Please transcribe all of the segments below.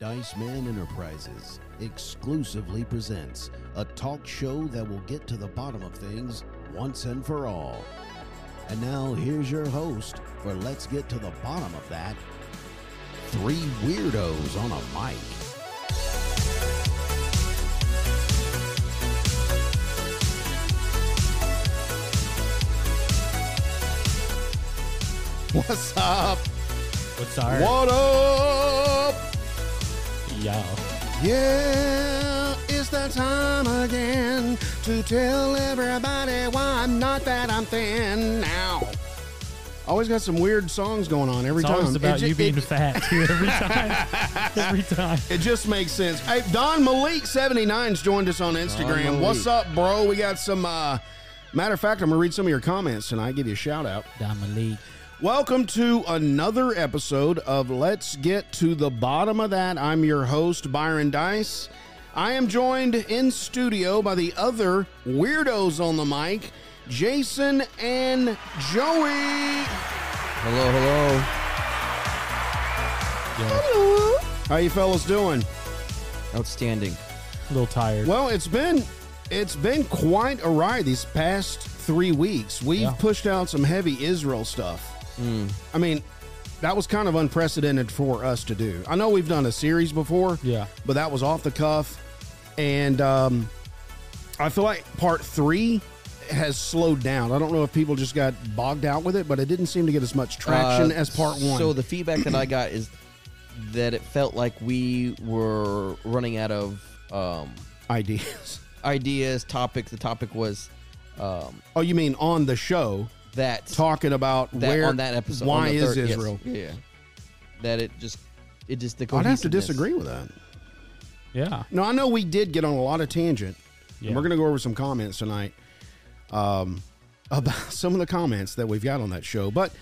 Dice Man Enterprises exclusively presents a talk show that will get to the bottom of things once and for all. And now here's your host for Let's Get to the Bottom of That Three Weirdos on a Mic. What's up? What's our What up? y'all? Yeah, it's that time again to tell everybody why I'm not that I'm thin now. Always got some weird songs going on every It's time. always about ju- you being it, fat too. Every time, every time. it just makes sense. Hey, Don Malik 79's joined us on Instagram. What's up, bro? We got some. Uh, matter of fact, I'm gonna read some of your comments and I give you a shout out. Dominique, Welcome to another episode of Let's Get to the Bottom of That. I'm your host, Byron Dice. I am joined in studio by the other weirdos on the mic, Jason and Joey. Hello, hello. How you fellas doing? Outstanding. a little tired. Well, it's been it's been quite a ride these past three weeks. We've Yeah. pushed out some heavy Israel stuff. Mm. I mean, that was kind of unprecedented for us to do. I know we've done a series before, Yeah. but that was off the cuff, and um, I feel like part three has slowed down. I don't know if people just got bogged out with it, but it didn't seem to get as much traction Uh, as part one. So the feedback that I got is that it felt like we were running out of um, ideas. ideas, topics. The topic was um, Oh, you mean on the show that, talking about that where on that episode. on Why the is third- yes, Israel? yeah. That it just it just the I'd have to cohesiveness. disagree with that. yeah. No, I know we did get on a lot of tangent. And Yeah. we're going to go over some comments tonight um, about some of the comments that we've got on that show, but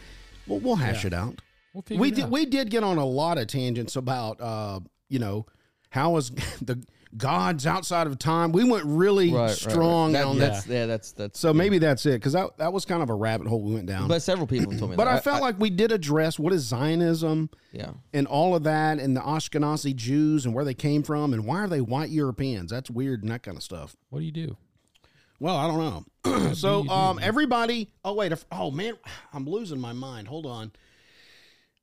we'll, we'll hash Yeah. it out. We'll figure We it did, out. we did get on a lot of tangents about, uh, you know, how is the gods outside of time. We went really Right, right, right. strong That- on that. That's, yeah, that's that's. So maybe that's it, because that, that was kind of a rabbit hole we went down. but several people told me. But that. I felt like we did address what is Zionism yeah. and all of that and the Ashkenazi Jews and where they came from and why are they white Europeans? That's weird and that kind of stuff. What do you do? Well, I don't know. do so, you um, everybody. Oh wait. if- Oh man, I'm losing my mind. Hold on.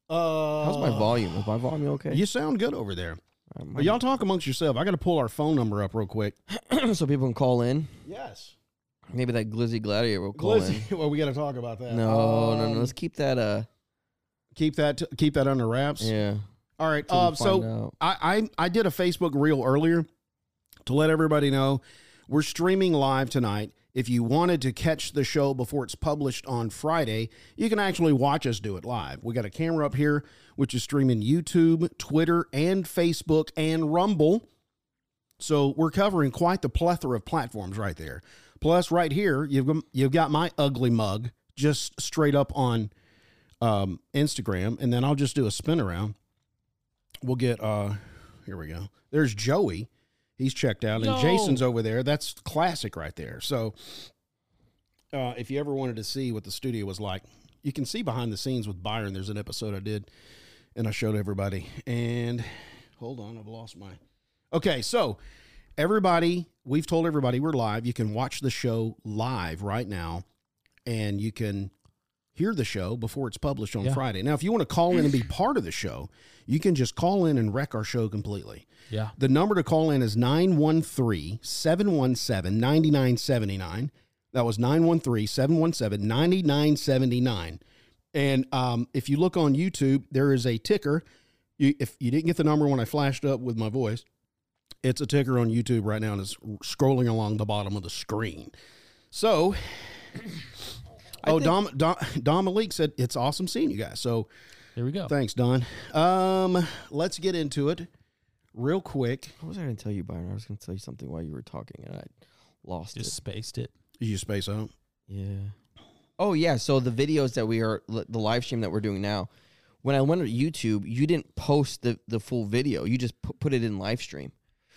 Uh, How's my volume? Is my volume okay? You sound good over there. Uh, my- Well, y'all talk amongst yourself. I got to pull our phone number up real quick. so people can call in. Yes. Maybe that glizzy gladiator will call Listen, well, we got to talk about that. in. No, no, Um, no. Let's keep that. Uh, Keep that keep that under wraps. yeah. All right. till we Uh, so find out. I, I I did a Facebook reel earlier to let everybody know we're streaming live tonight. If you wanted to catch the show before it's published on Friday, you can actually watch us do it live. We got a camera up here, which is streaming YouTube, Twitter, and Facebook and Rumble. So we're covering quite the plethora of platforms right there. Plus, right here, you've you've got my ugly mug just straight up on um, Instagram, and then I'll just do a spin around. We'll get uh, here we go. There's Joey, he's checked out, and No. Jason's over there. That's classic right there. So, uh, if you ever wanted to see what the studio was like, you can see behind the scenes with Byron. There's an episode I did, and I showed everybody. And hold on, I've lost my. Okay, so everybody, we've told everybody we're live. You can watch the show live right now, and you can hear the show before it's published on Yeah. Friday. Now, if you want to call in and be part of the show, you can just call in and wreck our show completely. Yeah. The number to call in is 913 717 9979. That was 913 717 9979. And um, if you look on YouTube, there is a ticker. You, if you didn't get the number when I flashed up with my voice, it's a ticker on YouTube right now and it's scrolling along the bottom of the screen. So, oh, Dom, Dom, Dom Malik said, It's awesome seeing you guys. So, There we go. Thanks, Don. Um, let's get into it real quick. What was I going to tell you, Byron? I was going to tell you something while you were talking, and I lost Just it. spaced it. You space out. Yeah. Oh yeah. So the videos that we are, li- the live stream that we're doing now, when I went to YouTube, you didn't post the the full video. You just pu- put it in live stream.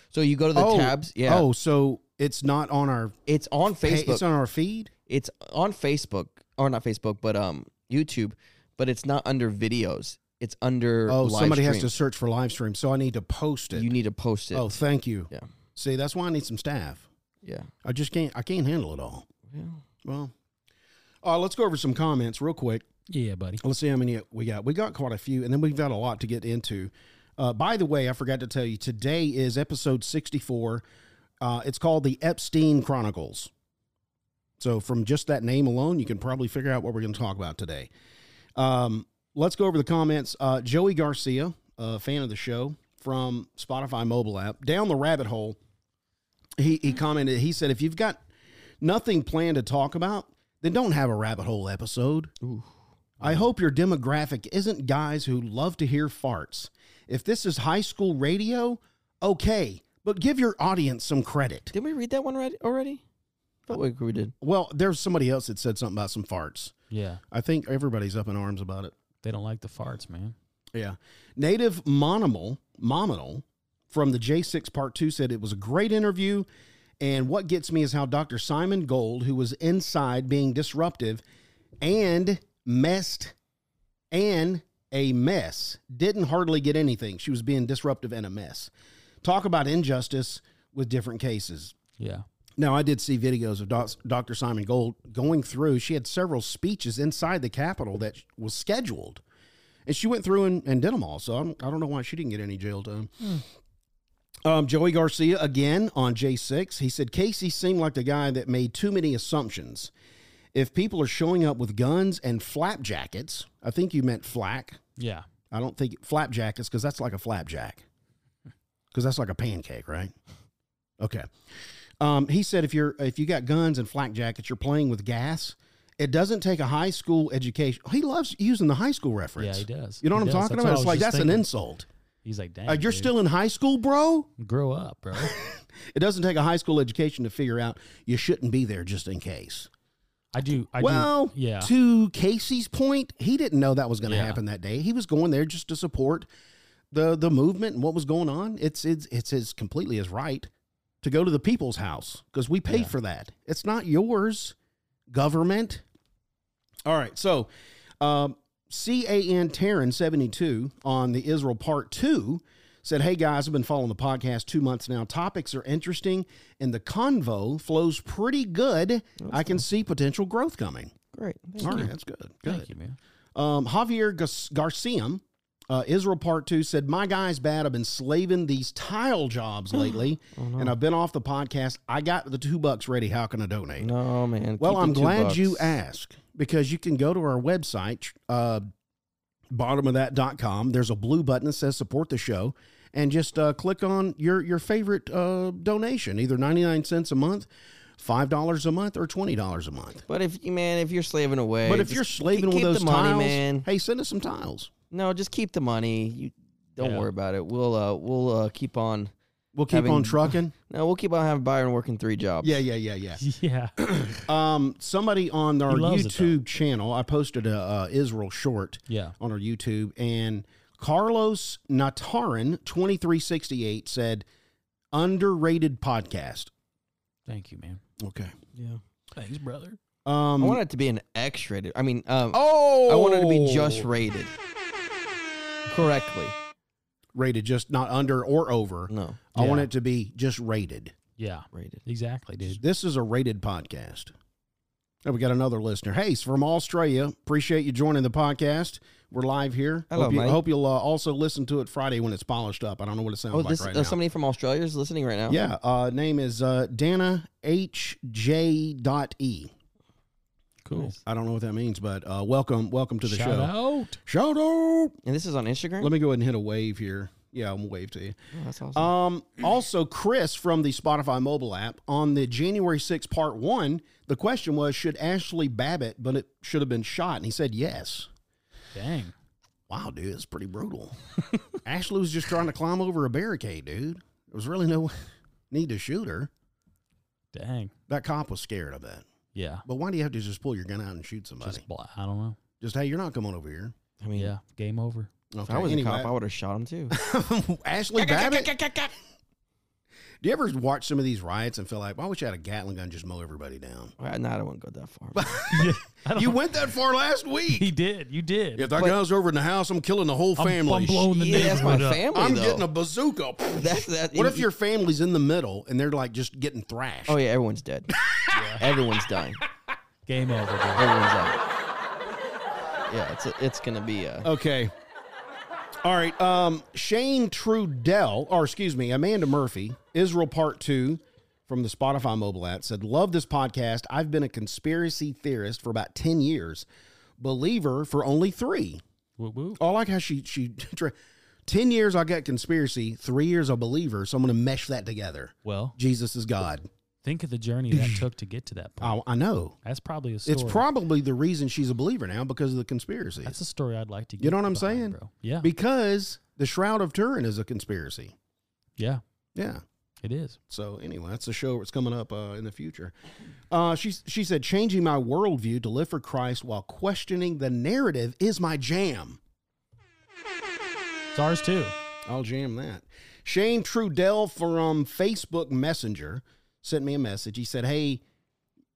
So you go to the Oh, tabs. Yeah. Oh, so it's not on our It's on Facebook. Facebook. it's on our feed. it's on Facebook or not Facebook, but um YouTube, but it's not under videos. it's under. Oh, live somebody has to stream. search for live stream, so I need to post it. You need to post it. oh, thank you. Yeah. See, that's why I need some staff. yeah. I just can't. I can't handle it all. Yeah. Well, uh, let's go over some comments real quick. Yeah, buddy. Let's see how many we got. We got quite a few, and then we've got a lot to get into. Uh, by the way, I forgot to tell you, today is episode 64. Uh, it's called the Epstein Chronicles. So, from just that name alone, you can probably figure out what we're going to talk about today. Um, let's go over the comments. Uh, Joey Garcia, a fan of the show from Spotify mobile app, down the rabbit hole, he, he commented, he said, if you've got nothing planned to talk about, then don't have a rabbit hole episode. I hope your demographic isn't guys who love to hear farts. If this is high school radio, okay, but give your audience some credit. Did we read that one right already? Thought we, we did. Well, there's somebody else that said something about some farts. Yeah, I think everybody's up in arms about it. they don't like the farts, man. Yeah. Native Monomal, Mominal from the J6 Part 2 said it was a great interview. And what gets me is how Dr. Simon Gold, who was inside being disruptive and messed and a mess, didn't hardly get anything. She was being disruptive and a mess. Talk about injustice with different cases. Yeah, Now, I did see videos of doc, Dr. Simon Gold going through. She had several speeches inside the Capitol that was scheduled, and she went through and, and did them all. So I'm, I don't know why she didn't get any jail time. Um, Joey Garcia again on J6. He said Casey seemed like the guy that made too many assumptions. If people are showing up with guns and flap jackets, I think you meant flack. yeah, I don't think flap jackets because that's like a flapjack. Because that's like a pancake, right? Okay. Um, he said if you're if you got guns and flak jackets, you're playing with gas. It doesn't take a high school education. He loves using the high school yeah. reference. He does. You know what He I'm does. talking about? That's what I It's was like just that's an thinking. insult. He's like, dang, Uh, you're dude, still in high school, bro. grow up, bro. It doesn't take a high school education to figure out you shouldn't be there just in case. I do. I well, do. Yeah, to Casey's point, he didn't know that was going to Yeah. happen that day. He was going there just to support the the movement and what was going on. It's it's it's his completely his right to go to the people's house because we paid Yeah. for that. It's not yours, government. All right, so um, CAN Taryn seventy two on the Israel part two said, Hey guys, I've been following the podcast two months now. Topics are interesting and the convo flows pretty good. I can see potential growth coming. Great. Thank All right, you. that's good. thank Good. you, man. Um, Javier Gas- Garcia, uh, Israel Part 2 said, My guy's bad. I've been slaving these tile Oh, jobs lately, and I've been off the podcast. I got the two bucks ready. How can I donate? No man. Well, keep the I'm two glad bucks. you asked because you can go to our website, tr- uh, bottomofthat.com. There's a blue button that says support the show and just uh, click on your, your favorite uh, donation, either 99 cents a month, $5 a month, or $20 a month. But if you man, if you're slaving away, But if just you're slaving keep with those the money, tiles, man. hey, send us some tiles. No, just keep the money. You don't Yeah. worry about it. We'll uh, we'll uh, keep on. We'll keep Having- Oh. on trucking. No, we'll keep on having Byron working three jobs. Yeah, yeah, yeah, yeah. Yeah, Um, somebody on our He loves it, YouTube channel, I posted a uh, Israel short yeah. on our YouTube, and Carlos Natarin twenty three sixty eight said, "Underrated podcast." Thank you, man. Okay. yeah. Thanks, brother. Um. I want it to be an X rated. I mean, um, oh, I want it to be just rated correctly. rated, just not under or over. No, I want Yeah. it to be just rated. Yeah, rated. exactly, dude. This is a rated podcast. Oh, we got another listener. Hey, it's from Australia. Appreciate you joining the podcast. We're live here. Hello, hope, you, mate. hope you'll uh, also listen to it Friday when it's polished up. I don't know what it sounds Oh, like this right uh, now. somebody from Australia is listening right now. yeah, uh, name is uh, Dana HJ dot E. Cool. Nice. I don't know what that means, but uh, welcome, welcome to the Shout show. out. Shout out. and this is on Instagram. Let me go ahead and hit a wave here. Yeah, I'm gonna wave to you. Oh, that's awesome. Um, also, Chris from the Spotify mobile app on the January 6th, part one, the question was Should Ashley Babbitt, but it should have been shot? And he said yes. Dang. Wow, dude, that's pretty brutal. Ashley was just trying to climb over a barricade, dude. There was really no need to shoot her. Dang. That cop was scared of that. Yeah. But why do you have to just pull your gun out and shoot somebody? Just Just, bla- I don't know. hey, you're not coming over here. I mean, Yeah. Game over. Okay, if I was anyway. a cop, I would have shot him too. Ashley Babbitt. Do you ever watch some of these riots and feel like, "Well, I wish I had a Gatling gun just mow everybody down? Well, no, I don't want to go that far. I don't- You went that far last week. He did. You did. If that guy's over in the house, I'm killing the whole I'm, family. I'm blowing the yeah, that's my neighborhood up. family. I'm though. getting a bazooka. That's that. What if your family's in the middle and they're like just getting thrashed? Oh yeah, everyone's dead. Everyone's dying. Game over. Bro. Everyone's out. Yeah, it's it's gonna be uh, a. Okay. All right. Um, Shane Trudell, or excuse me, Amanda Murphy, Israel Part Two from the Spotify mobile app said, Love this podcast. I've been a conspiracy theorist for about 10 years, believer for only three. Whoop, whoop. Oh, I like how she, she, tra- 10 years I got conspiracy, three years a believer. So I'm going to mesh that together. Well, Jesus is God. think of the journey that took to get to that point. I, I know. That's probably a Oh, story. It's probably the reason she's a believer now because of the conspiracy. That's a story I'd like to get. You know what I'm behind, saying? bro? Yeah, Because the Shroud of Turin is a conspiracy. yeah, Yeah. it is. So anyway, that's a show that's coming up uh, in the future. Uh, she she said, changing my worldview to live for Christ while questioning the narrative is my jam. It's ours too. I'll jam that. Shane Trudell from Facebook Messenger sent me a message. He said, "Hey,"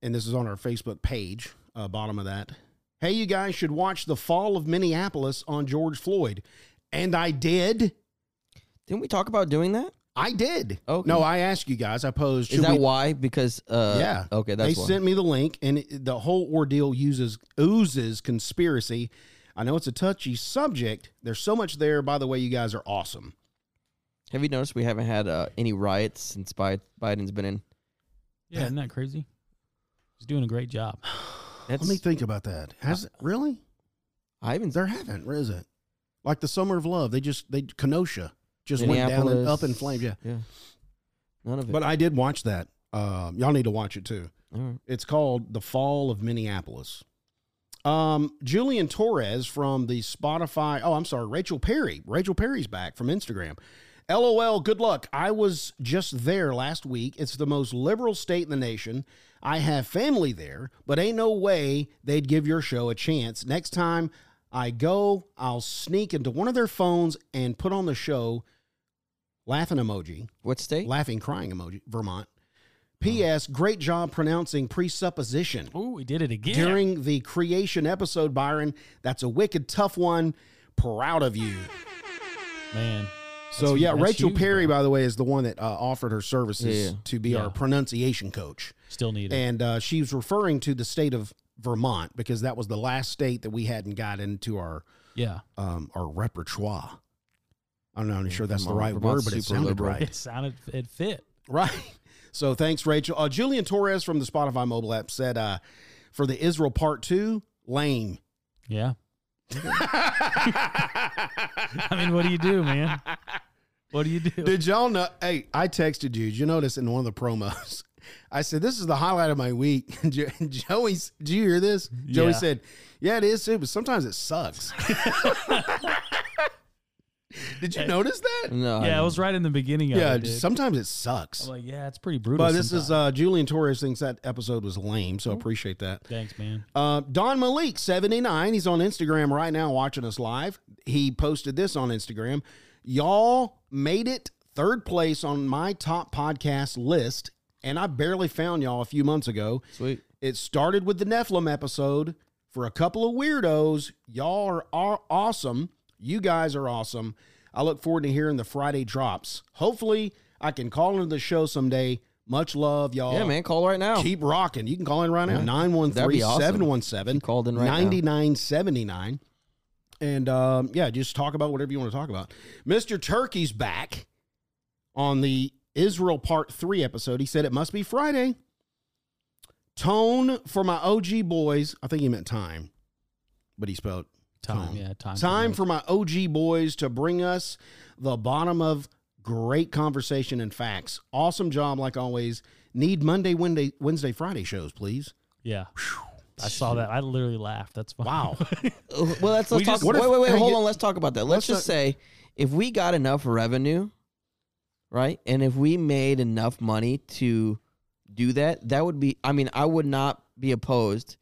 and this is on our Facebook page, uh, bottom of that. Hey, you guys should watch the Fall of Minneapolis on George Floyd, and I did. Didn't we talk about doing that? I did. Okay. No, I asked you guys. I posed. Is should that we- why? Because uh, yeah. Okay, they that's why. sent me the link, and it, the whole ordeal uses oozes conspiracy. I know it's a touchy subject. There's so much there. By the way, you guys are awesome. Have you noticed we haven't had uh, any riots since Bi- Biden's been in? Yeah, isn't that crazy? He's doing a great job. That's, Let me think about that. Has it really? I haven't. There haven't, where is it? Like the summer of love. They just they Kenosha just went down and Minneapolis, up in flames. Yeah, Yeah. None of it. but I did watch that. Um, y'all need to watch it too. All right. It's called The Fall of Minneapolis. Um, Julian Torres from the Spotify. Oh, I'm sorry, Rachel Perry. Rachel Perry's back from Instagram. LOL, good luck. I was just there last week. It's the most liberal state in the nation. I have family there, but ain't no way they'd give your show a chance. Next time I go, I'll sneak into one of their phones and put on the show laughing emoji What state? laughing crying emoji vermont ps great job pronouncing presupposition Ooh, we did it again. during the creation episode byron that's a wicked tough one proud of you Man, so That's- yeah that's rachel huge, perry bro. by the way is the one that uh, offered her services Yeah. to be our Yeah. pronunciation coach still need it. and uh, she was referring to the state of vermont because that was the last state that we hadn't got into our Yeah, um, our repertoire i'm not even Yeah, sure that's Vermont- the right Vermont's word but it super sounded liberal. right it sounded it fit. Right. So thanks, Rachel. Uh, Julian Torres from the Spotify mobile app said, uh, for the Israel part two, lame. Yeah, I mean, what do you do, man? What do you do? Did y'all know? Hey, I texted you. Did you notice in one of the promos? I said, this is the highlight of my week. And Jo- Joey's, do you hear this? Joey Yeah. said, yeah, it is too, but sometimes it sucks. Did you notice that? No. Mm, yeah, I it was right in the beginning. Of Yeah, it, dude. sometimes it sucks. I'm like, yeah, it's pretty brutal. But this is uh, Julian Torres thinks that episode was lame, Oh. so appreciate that. thanks, man. Uh, Don Malik, 79. He's on Instagram right now watching us live. He posted this on Instagram. Y'all made it third place on my top podcast list, and I barely found y'all a few months ago. Sweet. It started with the Nephilim episode. For a couple of weirdos, y'all are, are awesome. You guys are awesome. I look forward to hearing the Friday drops. Hopefully, I can call into the show someday. Much love, y'all. Yeah, man. Call right now. Keep rocking. You can call in right now. That'd be awesome. 913-717. Keep called in right now. 9979. And um, yeah, just talk about whatever you want to talk about. Mr. Turkey's back on the Israel Part 3 episode. He said it must be Friday. Tone for my OG boys. I think he meant time, but he spelled Time, Time. yeah, time. Time for my OG boys to bring us the bottom of great conversation and facts. Awesome job, like always. Need Monday, Wednesday, Wednesday, Friday shows, please. Yeah, I saw that. I literally laughed. That's funny. Wow. Uh, Well, let's, We let's talk. just- What if- wait, wait, wait. hey, Hold you- on. Let's talk about that. Let's Let's, just say if we got enough revenue, right, and if we made enough money to do that, that would be. I mean, I would not be opposed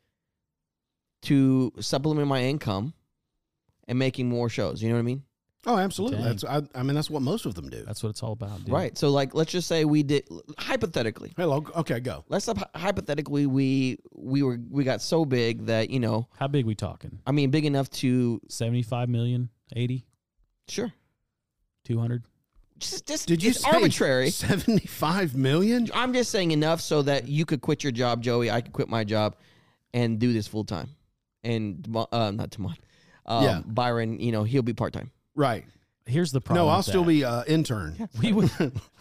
to supplementing my income and making more shows. You know what I mean? Oh, absolutely. Dang. That's I, I mean that's what most of them do. That's what it's all about, dude. Right. So like let's just say we did hypothetically. Hello. Okay, go. Let's up, hypothetically we we were we got so big that, you know, How big we talking? I mean big enough to 75 million, 80, sure. 200? Just, just Did you it's say arbitrary. Seventy five million. I'm just saying enough so that you could quit your job, Joey. I could quit my job and do this full time. And Demo- uh, not Damon. Um, Yeah. Byron, you know, he'll be part time. Right. Here's the problem. no, I'll with still that. be uh, intern. We would,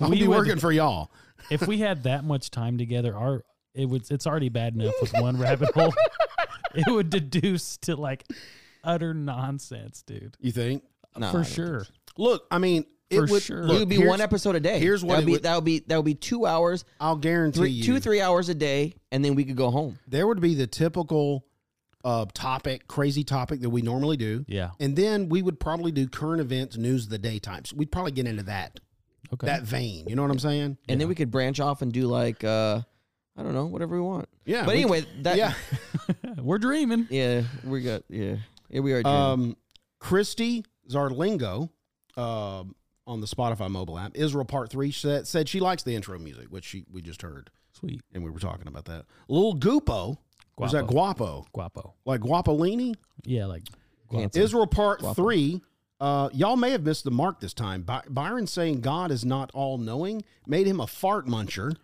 I'll we be would- working for y'all. if we had that much time together, our it was it's already bad enough with one rabbit hole. It would deduce to like utter nonsense, dude. You think? No, I For don't think sure. Look, I mean, it For would sure. look, it would be here's- one episode a day. here's what that'd it be. would- That'll be that'll be two hours, I'll guarantee three, you, two three hours a day, and then we could go home. there would be the typical uh, topic, crazy topic that we normally do. Yeah. And then we would probably do current events, news of the day types. We'd probably get into that Okay. that vein. You know what I'm saying? And then we could branch off and do like uh, I don't know, whatever we want. Yeah. but we- anyway, that yeah. yeah, We're dreaming. we got yeah, yeah we are. dreaming. Um, Christy Zarlingo um, on the Spotify mobile app, Israel Part 3 said, said she likes the intro music, which she, we just heard, Sweet. and we were talking about that. Lil Gupo, was that Guapo? Guapo. Like Guapolini? Yeah, like guapo. Can't say. Israel Part 3, uh, y'all may have missed the mark this time. By- Byron saying God is not all knowing made him a fart muncher.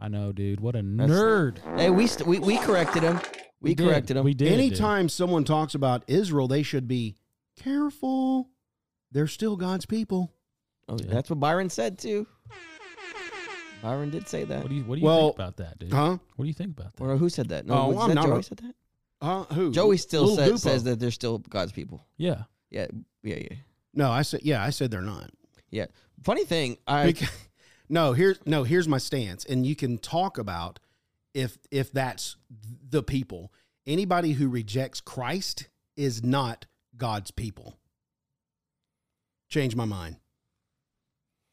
I know, dude. What a nerd. hey, we, st- we we corrected him. We, did. corrected him. We did. dude. Anytime someone talks about Israel, they should be careful. They're still God's people. Oh, That's what Byron said too. Byron did say that. What do you what do you Well, think about that, dude? Huh? What do you think about that? Or who said that? No, Oh, was well, I'm that not Joey a- said that. Huh? Who? Joey still Lil said, Gupo. says that they're still God's people. Yeah. Yeah, yeah, yeah, No, I said yeah, I said they're not. yeah. Funny thing, I Because, no, here's no, here's my stance, and you can talk about if if that's the people. Anybody who rejects Christ is not God's people. Change my mind.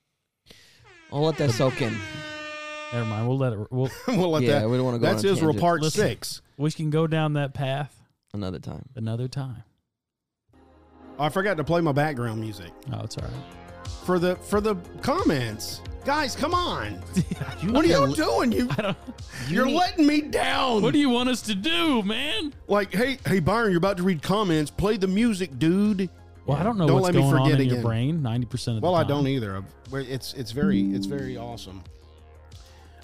I'll let that soak in. Never mind. We'll let it we'll we'll let yeah, that. we don't want to go. That's on a Israel tangent. Part Listen. Six. we can go down that path another time. another time. Oh, I forgot to play my background music Oh, it's all right. for the for the comments. Guys, come on! You- What are you doing? You I don't, you're letting me down. what do you want us to do, man? like, hey, hey, Byron, you're about to read comments. Play the music, dude. Well, I don't know Don't what's let me going on forget in your again. brain 90% of the time. Well, I don't either. I've- where It's it's very it's very awesome.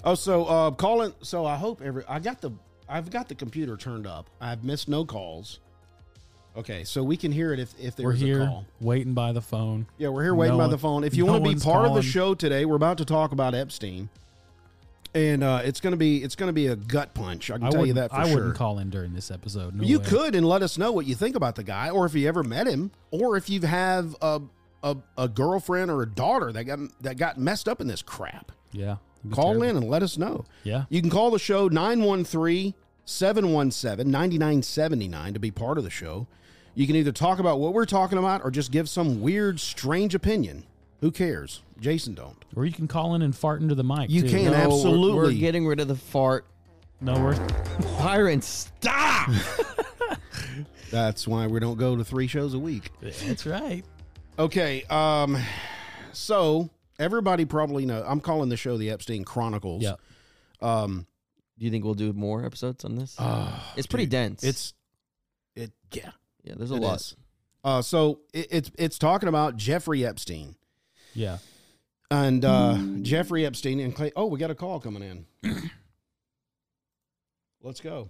Oh, so uh, calling. So I hope every I got the I've got the computer turned up. I've missed no calls. Okay, so we can hear it if if We're there's a here call. waiting by the phone. Yeah, we're here waiting No by one- the phone. If you no want to be one's part of the calling. show today, we're about to talk about Epstein, and uh, it's gonna be it's gonna be a gut punch. I can I tell wouldn't, you that for I sure. wouldn't call in during this episode. No You way. could and let us know what you think about the guy, or if you ever met him, or if you have a a, a girlfriend or a daughter that got that got messed up in this crap. Yeah. It'd be Call terrible. in and let us know. Yeah. You can call the show 913 717 9979 to be part of the show. You can either talk about what we're talking about or just give some weird, strange opinion. Who cares? Jason don't. Or you can call in and fart into the mic. You too. can. No, we're- absolutely. We're, getting rid of the fart. No, we're. Byron, stop. That's why we don't go to three shows a week. That's right. Okay, um so everybody probably know I'm calling the show the Epstein Chronicles. Yeah. Um do you think we'll do more episodes on this? it's Uh, pretty dude, dense. It's Ah, it yeah. yeah, there's a it lot. is. Uh so it, it's it's talking about Jeffrey Epstein Yeah. and uh Jeffrey Epstein and Clay Oh, we got a call coming in. Let's go.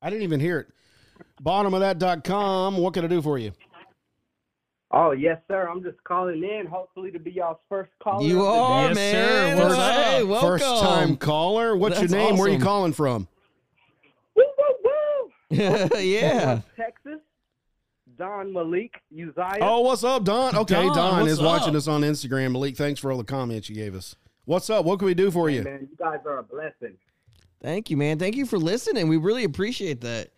I didn't even hear it. Bottom of that dot com. What can I do for you? Oh yes, sir. I'm just calling in, hopefully to be y'all's first caller. You of Yes, are, the day. man. sir. What's Hey, up? welcome. First time caller. What's That's your name? Where are you awesome. calling from? Woo, woo, woo. yeah. From Texas. Don Malik Uzziah. Oh, what's up, Don? Okay, Don, Don, what's is watching up? us on Instagram. Malik, thanks for all the comments you gave us. What's up? What can we do for you? man, you guys are a blessing. Thank you, man. Thank you for listening. We really appreciate that.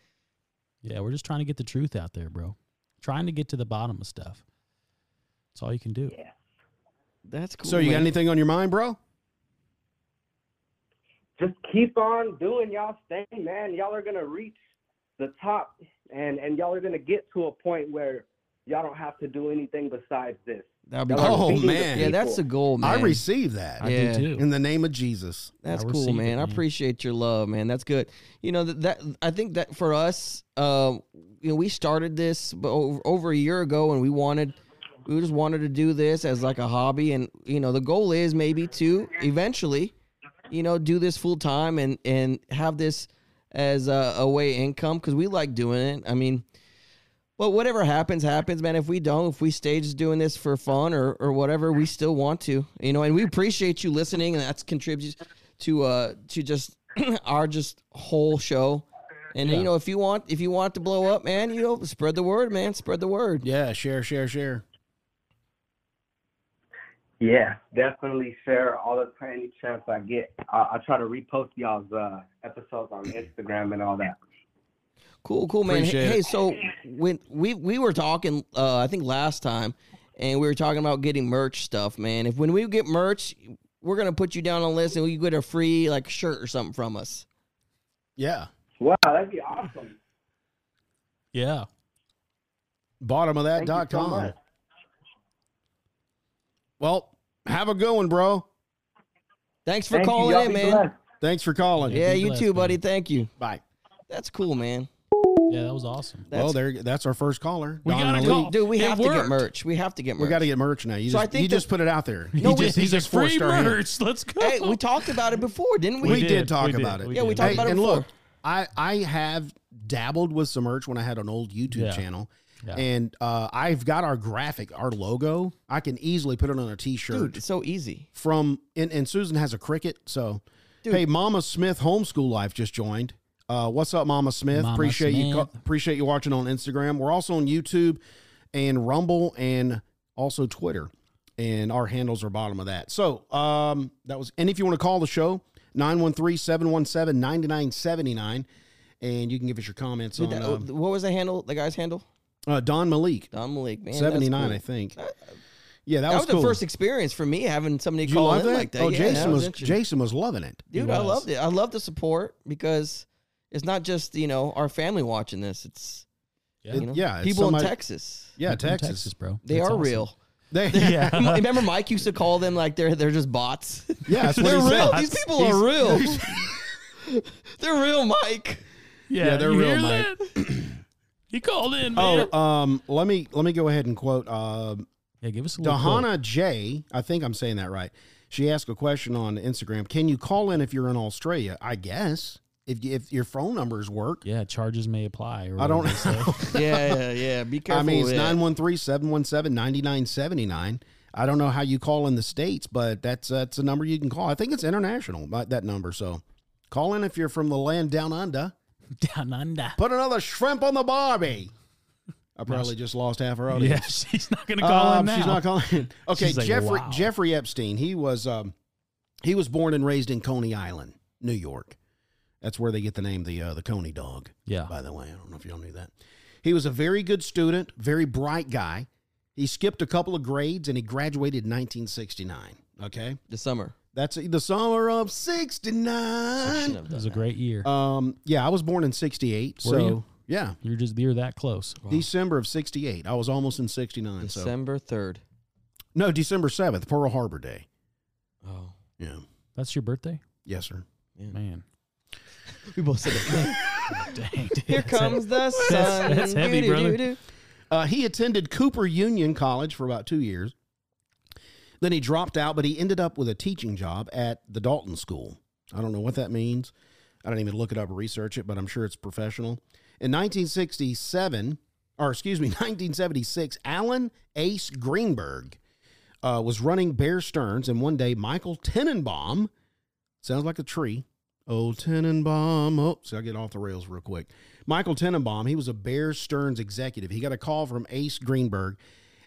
Yeah. We're just trying to get the truth out there, bro. Trying to get to the bottom of stuff. That's all you can do. That's cool. So, you got man. anything on your mind, bro? Just keep on doing y'all's thing, man. Y'all are gonna reach the top. and and y'all are gonna get to a point where y'all don't have to do anything besides this. That'd be cool. Y'all are Oh, feeding the man. yeah, that's the people. goal, man. I receive that I Yeah. do too. in the name of Jesus. That's I cool, receive man. it, I man. appreciate your love, man. That's good. You know that, that I think that for us, um, you know, we started this b- over, over a year ago, and we wanted, we just wanted to do this as like a hobby, and you know, the goal is maybe to eventually, you know, do this full time and and have this as a, a way of income because we like doing it. I mean, but whatever happens, happens, man. If we don't, if we stay just doing this for fun or or whatever, we still want to, you know. And we appreciate you listening, and that's contributes to uh to just our just whole show. And Yeah. you know, if you want if you want to blow up, man, you know, spread the word, man. Spread the word. Yeah, share, share, share. Yeah, definitely share all the any chance I get. I, I try to repost y'all's uh, episodes on Instagram and all that. Cool, cool, man. Appreciate Hey, it. hey, so when we we were talking, uh, I think last time, and we were talking about getting merch stuff, man. If when we get merch, we're gonna put you down on a list, and we get a free like shirt or something from us. Yeah. Wow, that'd be awesome. Yeah. Bottom of that Thank you dot so com. much. well, have a good one, bro. Thanks for Thank you. calling Y'all in, be man. blessed. Thanks for calling. Yeah, be you blessed, too, man. buddy. Thank you. Bye. That's cool, man. Yeah, that was awesome. That's, well, there. That's our first caller. We Don got a Ali. call. dude, we It have to worked. get merch. We have to get merch. We got to get merch now. You So just, I think you the- just put it out there. No, he just, we, he just free forced our hand. merch. Let's go. Hey, we talked about it before, didn't we? We, did, did, talk we did, about it. we Yeah, we did. talked about it and before. look, I I have dabbled with some merch when I had an old YouTube Yeah. channel, Yeah. and uh, I've got our graphic, our logo. I can easily put it on a T-shirt Dude, it's so easy. from. And, and Susan has a cricket, so Dude. hey, Mama Smith, homeschool life just joined. Uh, what's up, Mama Smith? Mama appreciate you. Smith. co- Appreciate you watching on Instagram. We're also on YouTube and Rumble and also Twitter. And our handles are bottom of that. So um, that was, and if you want to call the show, 913 717 9979. And you can give us your comments Dude, on that- oh, um, what was the handle? The guy's handle? uh, Don Malik, Don Malik, man. that's 79, cool. I think. That, uh, Yeah, that, that was, was cool. the first experience for me having somebody Did you call love in that? like that. Oh, Yeah, that Jason was, interesting. Jason was loving it. Dude, He I was. loved it. I love the support because it's not just you know our family watching this. It's Yeah. you know, Yeah, it's people somebody- in Texas. Yeah, From Texas. bro. They That's are awesome. real. They, Yeah. Remember, Mike used to call them like they're they're just bots. yeah, that's what they're he said. real. said. These people are real. they're real, Mike. Yeah, they're you real, hear Mike. that? he called in, man. Oh, um, let me let me go ahead and quote um yeah, give us a little. quote. Dahana J. I think I'm saying that right. She asked a question on Instagram. Can you call in if you're in Australia? I guess if you, if your phone numbers work. Yeah, charges may apply. Or I don't whatever they know. say. Yeah, yeah, yeah. Be careful. I mean, it's with that. 913-717-9979. I don't know how you call in the states, but that's that's a number you can call. I think it's international, but that number. So call in if you're from the land down under. Down under. Put another shrimp on the barbie. I probably just lost half our audience. Yeah, she's not gonna call Um, in now. She's not calling. in. Okay, She's like, Jeffrey "Wow." Jeffrey Epstein. He was um, he was born and raised in Coney Island, New York. That's where they get the name the uh, the Coney dog. Yeah. By the way, I don't know if y'all knew that. He was a very good student, very bright guy. He skipped a couple of grades and he graduated in 1969. Okay, the summer. that's the summer of '69. It was a great year. Um, yeah, I was born in '68. Were so you? yeah, you're just you're that close. December of '68. I was almost in '69. So December third. no, December 7th, Pearl Harbor Day. Oh, Yeah. That's your birthday, Yes, sir. man. we both said it. Dang, dude, Here that's it. comes the sun. that's heavy, brother. Doo-doo-doo-doo. Uh, he attended Cooper Union College for about two years. Then he dropped out, but he ended up with a teaching job at the Dalton School. I don't know what that means. I didn't even look it up or research it, but I'm sure it's professional. In 1967, or excuse me, 1976, Alan Ace Greenberg uh, was running Bear Stearns, and one day Michael Tenenbaum, sounds like a tree. Oh, Tenenbaum. Oh, so I get off the rails real quick. Michael Tenenbaum, he was a Bear Stearns executive. He got a call from Ace Greenberg,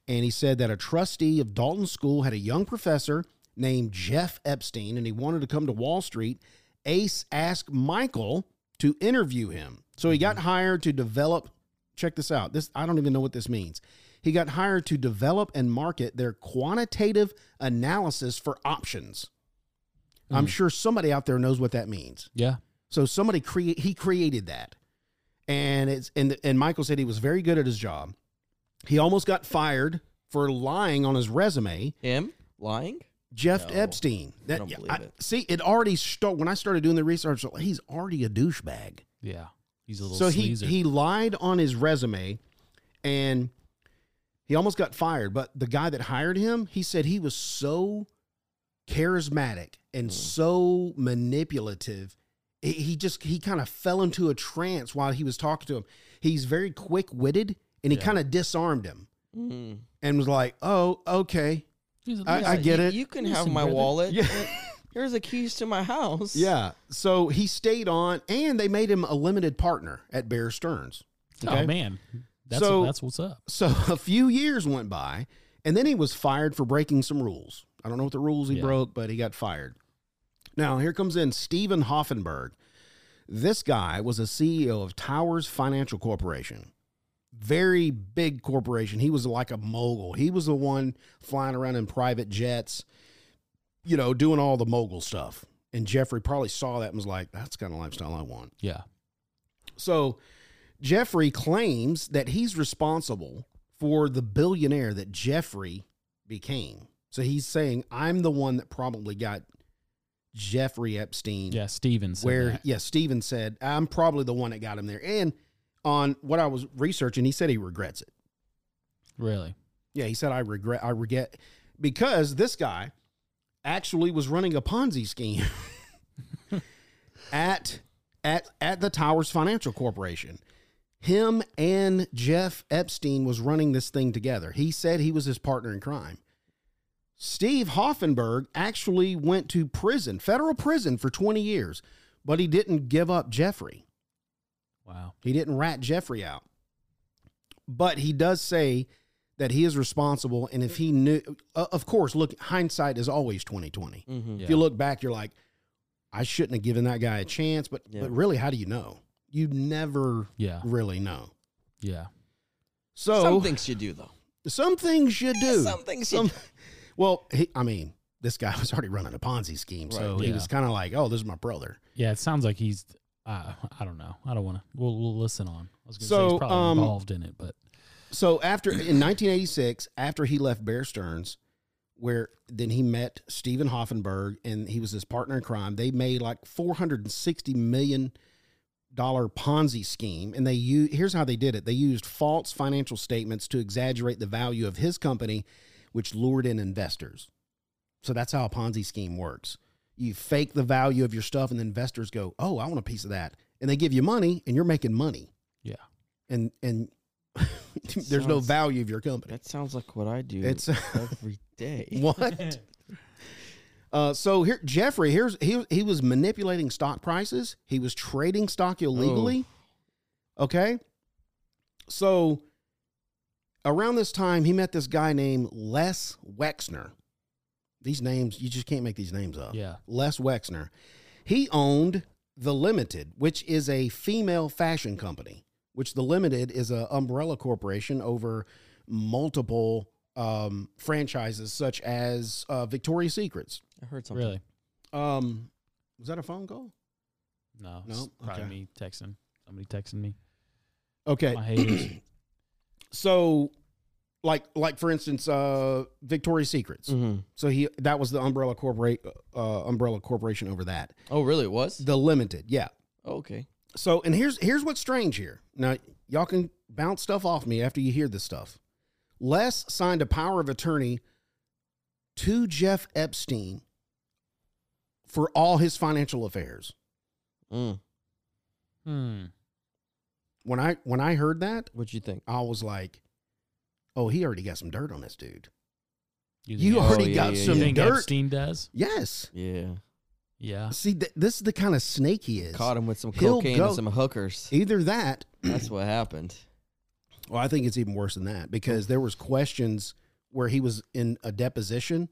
and he said that a trustee of Dalton School had a young professor named Jeff Epstein, and he wanted to come to Wall Street. Ace asked Michael to interview him. So he got hired to develop. Check this out. This I don't even know what this means. He got hired to develop and market their quantitative analysis for options. I'm sure somebody out there knows what that means. Yeah, So somebody create he created that. and it's and and Michael said he was very good at his job. He almost got fired for lying on his resume. Him lying? Jeff No, Epstein. That, don't yeah, believe it. See, it already started when I started doing the research. He's already a douchebag. Yeah, he's a little So he sleazer. he lied on his resume, and he almost got fired. But the guy that hired him, he said he was so charismatic and Hmm. so manipulative. He, he just he kind of fell into a trance while he was talking to him. He's very quick witted, and he Yeah. kind of disarmed him Mm. and was like, "Oh, okay, He's a I- loser. I get you, it. You can Listen, have my brother. wallet. Yeah. Here's the keys to my house. yeah." So he stayed on, and they made him a limited partner at Bear Stearns. okay. Oh man, that's So- that's what's up. So a few years went by, and then he was fired for breaking some rules. I don't know what the rules he Yeah. broke, but he got fired. Now, here comes in Steven Hoffenberg. This guy was a CEO of Towers Financial Corporation. Very big corporation. He was like a mogul. He was the one flying around in private jets, you know, doing all the mogul stuff. And Jeffrey probably saw that and was like, that's the kind of lifestyle I want. Yeah, So Jeffrey claims that he's responsible for the billionaire that Jeffrey became. So he's saying, I'm the one that probably got Jeffrey Epstein. yeah. Steven said where, that. yeah, Steven said, I'm probably the one that got him there. And on what I was researching, he said he regrets it. really. Yeah, he said, I regret, I regret, because this guy actually was running a Ponzi scheme at at at the Towers Financial Corporation. Him and Jeff Epstein was running this thing together. He said he was his partner in crime. Steve Hoffenberg actually went to prison, federal prison for 20 years, but he didn't give up Jeffrey. Wow. He didn't rat Jeffrey out. But he does say that he is responsible and if he knew uh, of course look hindsight is always 2020. hmm Yeah. If you look back you're like I shouldn't have given that guy a chance but Yeah. Ah. but really how do you know? You never Yeah, really know. yeah. So Some things you do though. some things you do. Some things you Some- do. well, he, I mean, this guy was already running a Ponzi scheme, so Right. he Yeah. was kind of like, "Oh, this is my brother." Yeah, it sounds like he's. Uh, I don't know. I don't want to. We'll, we'll listen on. I was going to say So, he's probably um, involved in it, but So after in 1986, after he left Bear Stearns, where then he met Steven Hoffenberg and he was his partner in crime. They made like 460 million dollar Ponzi scheme, and they u- here's how they did it. They used false financial statements to exaggerate the value of his company, which lured in investors. So that's how a Ponzi scheme works. You fake the value of your stuff, and the investors go, "Oh, I want a piece of that," and they give you money, and you're making money yeah, and and there's no Sounds- value of your company. That sounds like what I do It's every day. what? Uh, so here, Jeffrey, here's he he was manipulating stock prices. He was trading stock illegally. Okay, so around this time, he met this guy named Les Wexner. These names you just can't make these names up. yeah. Les Wexner. He owned The Limited, which is a female fashion company, which The Limited is an umbrella corporation over multiple um, franchises such as uh, Victoria's Secrets. I heard something. Really? Um, was that a phone call? No. No? It's probably Okay. me texting. Somebody texting me. Okay. My haters. So like like for instance uh Victoria's Secrets. hmm So he that was the umbrella corporate uh, umbrella corporation over that. Oh, really? It was? Oh, The Limited. Yeah. okay. So, and here's here's what's strange here. Now, y'all can bounce stuff off me after you hear this stuff. Les signed a power of attorney to Jeff Epstein for all his financial affairs. Mm. hmm. When I when I heard that, What'd you think? I was like, "Oh, he already got some dirt on this dude." You, You think- are- already yeah, got yeah, you some yeah. think dirt. Epstein does? Yes. Yeah. Yeah. See, th- this is the kind of snake he is. Caught him with some He'll cocaine go- and some hookers. Either that That's what happened. Well, I think it's even worse than that because there was questions where he was in a deposition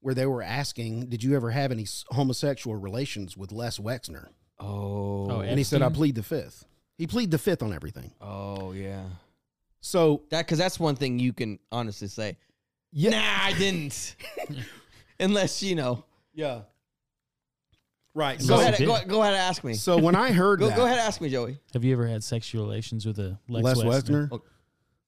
where they were asking, "Did you ever have any s- homosexual relations with Les Wexner?" Oh. Oh, And he said, "I Epstein? plead the fifth. He plead the fifth on everything. Oh, yeah. So That because that's one thing you can honestly say. Nah, I didn't. Unless you know yeah, Right. Go So, No. ahead, did. go, go ahead, and ask me. so when I heard Go, that, go ahead, and ask me, Joey. Have you ever had sexual relations with a Lex, Les Wexner? Wexner.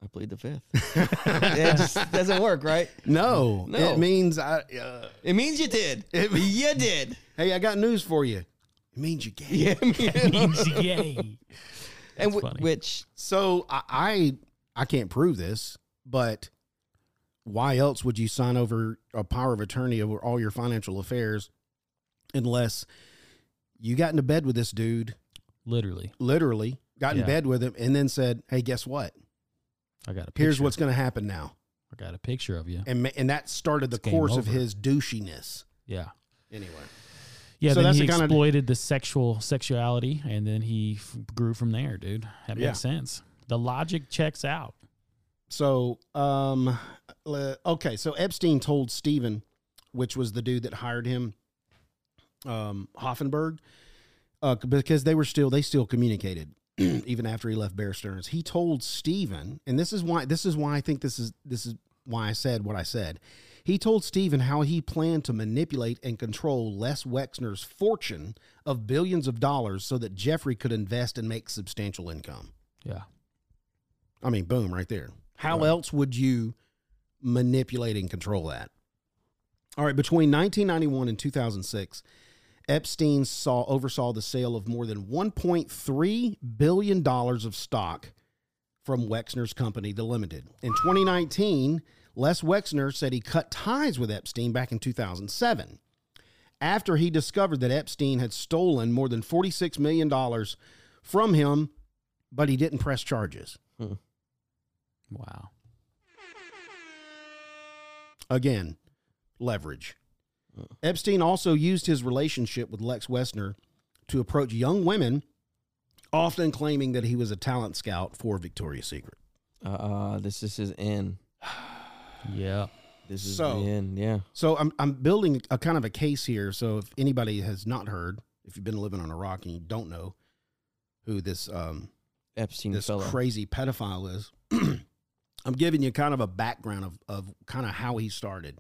I plead the fifth. it just doesn't work, right? No, No. it means I. Uh, It means you did. It- you did. hey, I got news for you. It means you gay. Yeah. I mean- Means yay. and w- funny. which So I, I I can't prove this, but why else would you sign over a power of attorney over all your financial affairs unless you got into bed with this dude, Literally, literally got Yeah. in bed with him, and then said, "Hey, guess what? I got a picture. Here's what's going to happen now," I got a picture of you. and ma- and that started the It's game course of over. his douchiness. Yeah. Anyway, Yeah, So then that's he the kind of- exploited the sexual sexuality, and then he f- grew from there, dude. That Yeah. makes sense. The logic checks out. so um, le- okay, so Epstein told Stephen, which was the dude that hired him, um, Hoffenberg, uh, because they were still they still communicated even after he left Bear Stearns. He told Stephen, and this is why this is why I think this is this is why I said what I said. He told Stephen how he planned to manipulate and control Les Wexner's fortune of billions of dollars so that Jeffrey could invest and make substantial income. Yeah, I mean, boom, right there. How else would you manipulate and control that? All right, between 1991 and 2006, Epstein saw oversaw the sale of more than 1.3 billion dollars of stock from Wexner's company, The Limited. In 2019, Les Wexner said he cut ties with Epstein back in 2007 after he discovered that Epstein had stolen more than 46 million dollars from him, but he didn't press charges. wow. Again, leverage. Epstein also used his relationship with Lex Wessner to approach young women, often claiming that he was a talent scout for Victoria's Secret. uh, uh this this is in. Yeah, This is So- the end. Yeah. So I'm, I'm building a kind of a case here. So if anybody has not heard, if you've been living on a rock and you don't know who this um, Epstein this fellow. crazy pedophile is. I'm giving you kind of a background of, of kind of how he started.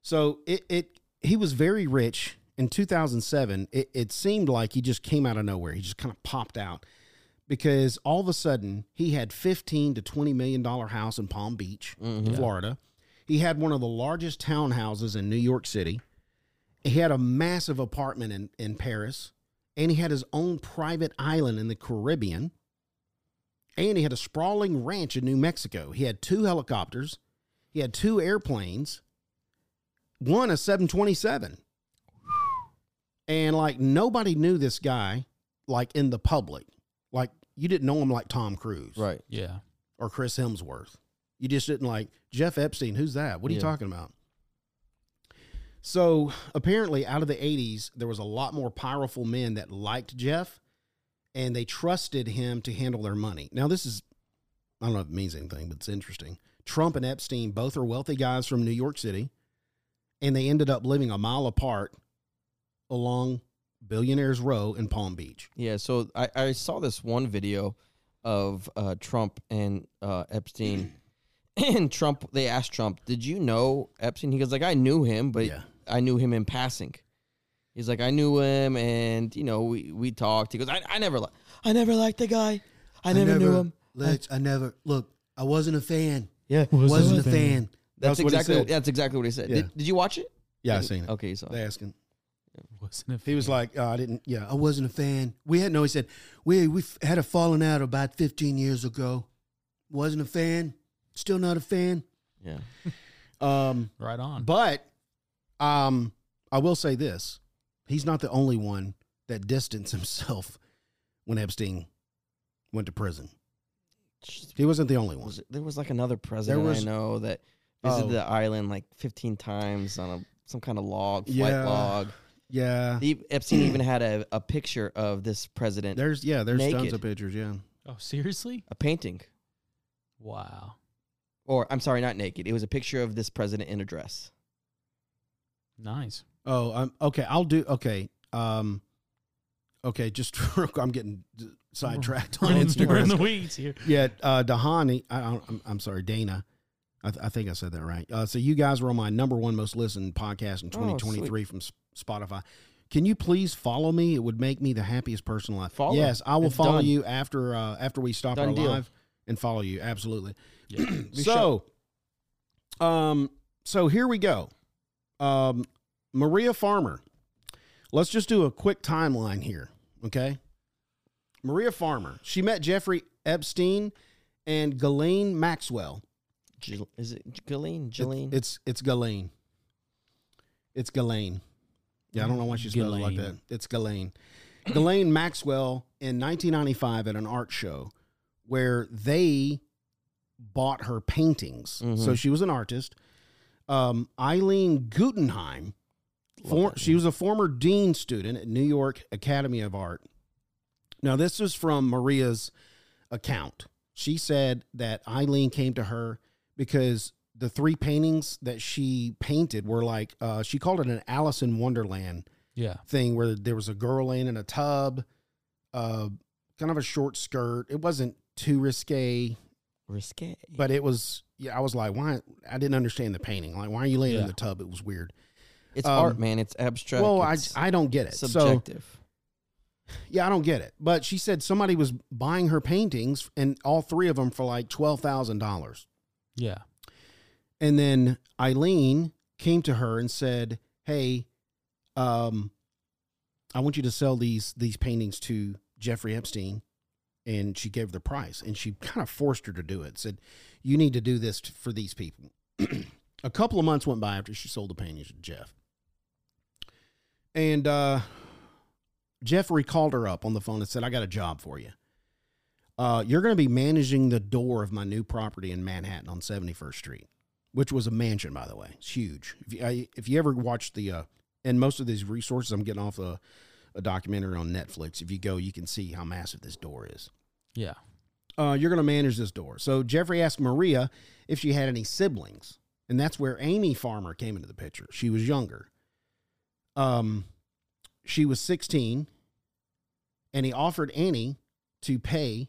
So it, it he was very rich in 2007. It, it seemed like he just came out of nowhere. He just kind of popped out because all of a sudden he had 15 to 20 million dollar house in Palm Beach, Mhm. Florida. He had one of the largest townhouses in New York City. He had a massive apartment in, in Paris, and he had his own private island in the Caribbean. And he had a sprawling ranch in New Mexico. He had two helicopters. He had two airplanes, one a 727. And like nobody knew this guy, like in the public. Like you didn't know him like Tom Cruise Right. yeah. or Chris Hemsworth. You just didn't like Jeff Epstein. Who's that? What are you Yeah. talking about? So apparently, out of the 80s, there was a lot more powerful men that liked Jeff and they trusted him to handle their money. Now, this is, I don't know if it means anything, but it's interesting. Trump and Epstein both are wealthy guys from New York City, and they ended up living a mile apart along Billionaires Row in Palm Beach. Yeah. So I, I saw this one video of uh, Trump and uh, Epstein. And Trump, they asked Trump, "Did you know Epstein?" He goes, "Like I knew him, but Yeah. I knew him in passing." He's like, "I knew him, and you know, we we talked." He goes, "I, I never li- I never liked the guy. I, never, knew him." Lex, I never, look, I wasn't a fan. Yeah, Wasn't a fan. that's, what he exactly said. that's exactly what Oh. he said. Yeah. Did, did you watch it? Yeah, I seen it. Okay, you saw it. They asked him. Wasn't a He was like, uh, I didn't. Yeah, I wasn't a fan. We had no. He said, we we f- had a falling out about 15 years ago. Wasn't a fan. Still not a fan. Yeah, Um, right on. but um, I will say this: he's not the only one that distanced himself when Epstein went to prison. He wasn't the only one. was, there was like another president was- I know that visited Oh. the island like 15 times on a some kind of log, flight Yeah. log. Yeah, The, Epstein even had a, a picture of this president, there's yeah, there's tons Naked. of pictures. Yeah, oh, seriously? a painting, Wow. or I'm sorry, not naked. It was a picture of this president in a dress. Nice. Oh, um, okay. I'll do. Okay. Um, okay. Just real quick, I'm getting d- sidetracked Oh. on We're in- we're in the Instagram. weeds here. Yeah, uh, Dahani. I, I- I'm, I'm sorry, Dana. I, th- I think I said that right. Uh, so you guys were on my number one most listened podcast in Oh, sweet. 2023 from S- Spotify. Can you please follow me? It would make me the happiest person alive. Follow. Yes, I will It's follow done. you after uh, after we stop Done our deal. live and follow you. Absolutely. Yeah. so, um, so here we go. Um, Maria Farmer. Let's just do a quick timeline here, okay? Maria Farmer. She met Jeffrey Epstein and Ghislaine Maxwell. Gil- is it Ghislaine? It- Ghislaine? It's it's Ghislaine. It's Ghislaine. Yeah, I don't know why she spells it like that. Ghislaine. It's Ghislaine. Ghislaine Maxwell in 1995 at an art show where they bought her paintings. So Mhm. she was an artist. Um, Eileen Guggenheim, for, that she was a former dean student at New York Academy of Art. Now, this is from Maria's account. She said that Eileen came to her because the three paintings that she painted were like uh, she called it an Alice in Wonderland Yeah. thing, where there was a girl laying in a tub, uh, kind of a short skirt. It wasn't too risque, Risque. but it was. Yeah, I was like, why? I didn't understand the painting. Like, why are you laying in Yeah. the tub? It was weird. it's um, art, man. It's abstract. well, I, it's I don't get it. So subjective. Yeah, I don't get it. But she said somebody was buying her paintings and all three of them for like $12,000. Yeah. And then Eileen came to her and said, "Hey, um I want you to sell these these paintings to Jeffrey Epstein." And she gave the price and she kind of forced her to do it. Said, "You need to do this t- for these people." A couple of months went by after she sold the paintings to Jeff. And uh Jeffrey called her up on the phone and said, "I got a job for you." Uh, you're going to be managing the door of my new property in Manhattan on 71st Street which was a mansion, by the way. It's huge. If you, I, if you ever watch the, uh, and most of these resources, I'm getting off a, a documentary on Netflix. If you go, you can see how massive this door is. Yeah. Uh, you're going to manage this door. So Jeffrey asked Maria if she had any siblings, and that's where Amy Farmer came into the picture. She was younger. Um, she was 16, and he offered Annie to pay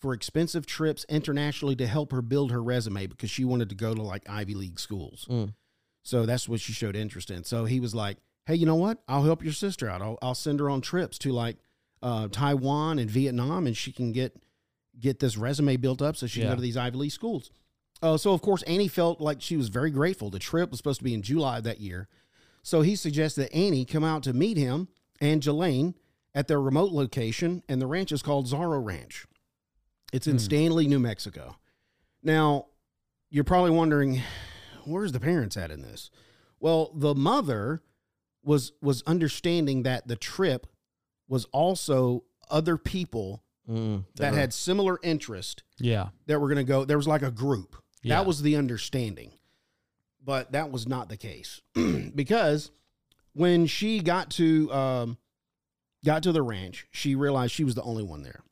for expensive trips internationally to help her build her resume because she wanted to go to like Ivy League schools. Mm. So that's what she showed interest in. So he was like, "Hey, you know what? I'll help your sister out. I'll, I'll send her on trips to like uh, Taiwan and Vietnam, and she can get get this resume built up so she can Yeah. go to these Ivy League schools." Uh, so of course, Annie felt like she was very grateful. The trip was supposed to be in July of that year, so he suggested that Annie come out to meet him and Jelaine at their remote location, and the ranch is called Zorro Ranch. It's in Hmm. Stanley, New Mexico. Now, you're probably wondering, where's the parents at in this? Well, the mother was was understanding that the trip was also other people Mm, that duh. had similar interest Yeah. that were going to go. There was like a group. Yeah. That was the understanding. But that was not the case because when she got to um, got to the ranch, she realized she was the only one there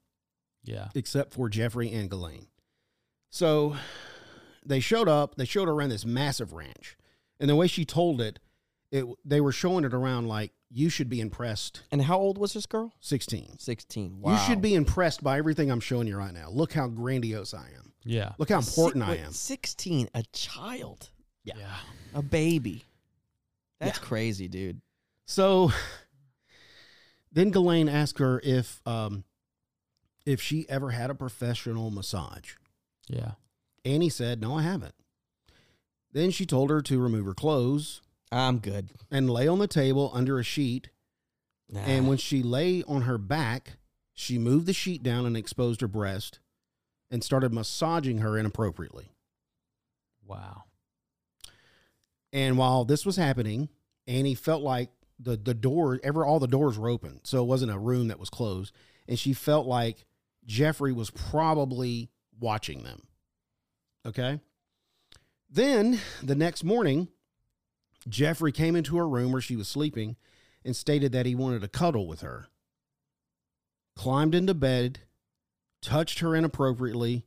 Yeah. except for Jeffrey and Ghislaine. So they showed up. They showed her around this massive ranch, and the way she told it, it they were showing it around like you should be impressed. And how old was this girl? Sixteen. Sixteen. Wow. You should be impressed by everything I'm showing you right now. Look how grandiose I am. Yeah. Look how Si- important I wait, am. Sixteen, a child, Yeah. Yeah. a baby. That's crazy, dude. So then Ghislaine asked her if um, if she ever had a professional massage. Yeah. Annie said, No, I haven't. Then she told her to remove her clothes I'm good. and lay on the table under a sheet. Nah. And when she lay on her back, she moved the sheet down and exposed her breast and started massaging her inappropriately. Wow. And while this was happening, Annie felt like the the door ever all the doors were open, so it wasn't a room that was closed, and she felt like Jeffrey was probably watching them. Okay? Then the next morning, Jeffrey came into her room where she was sleeping and stated that he wanted to cuddle with her. Climbed into bed, touched her inappropriately,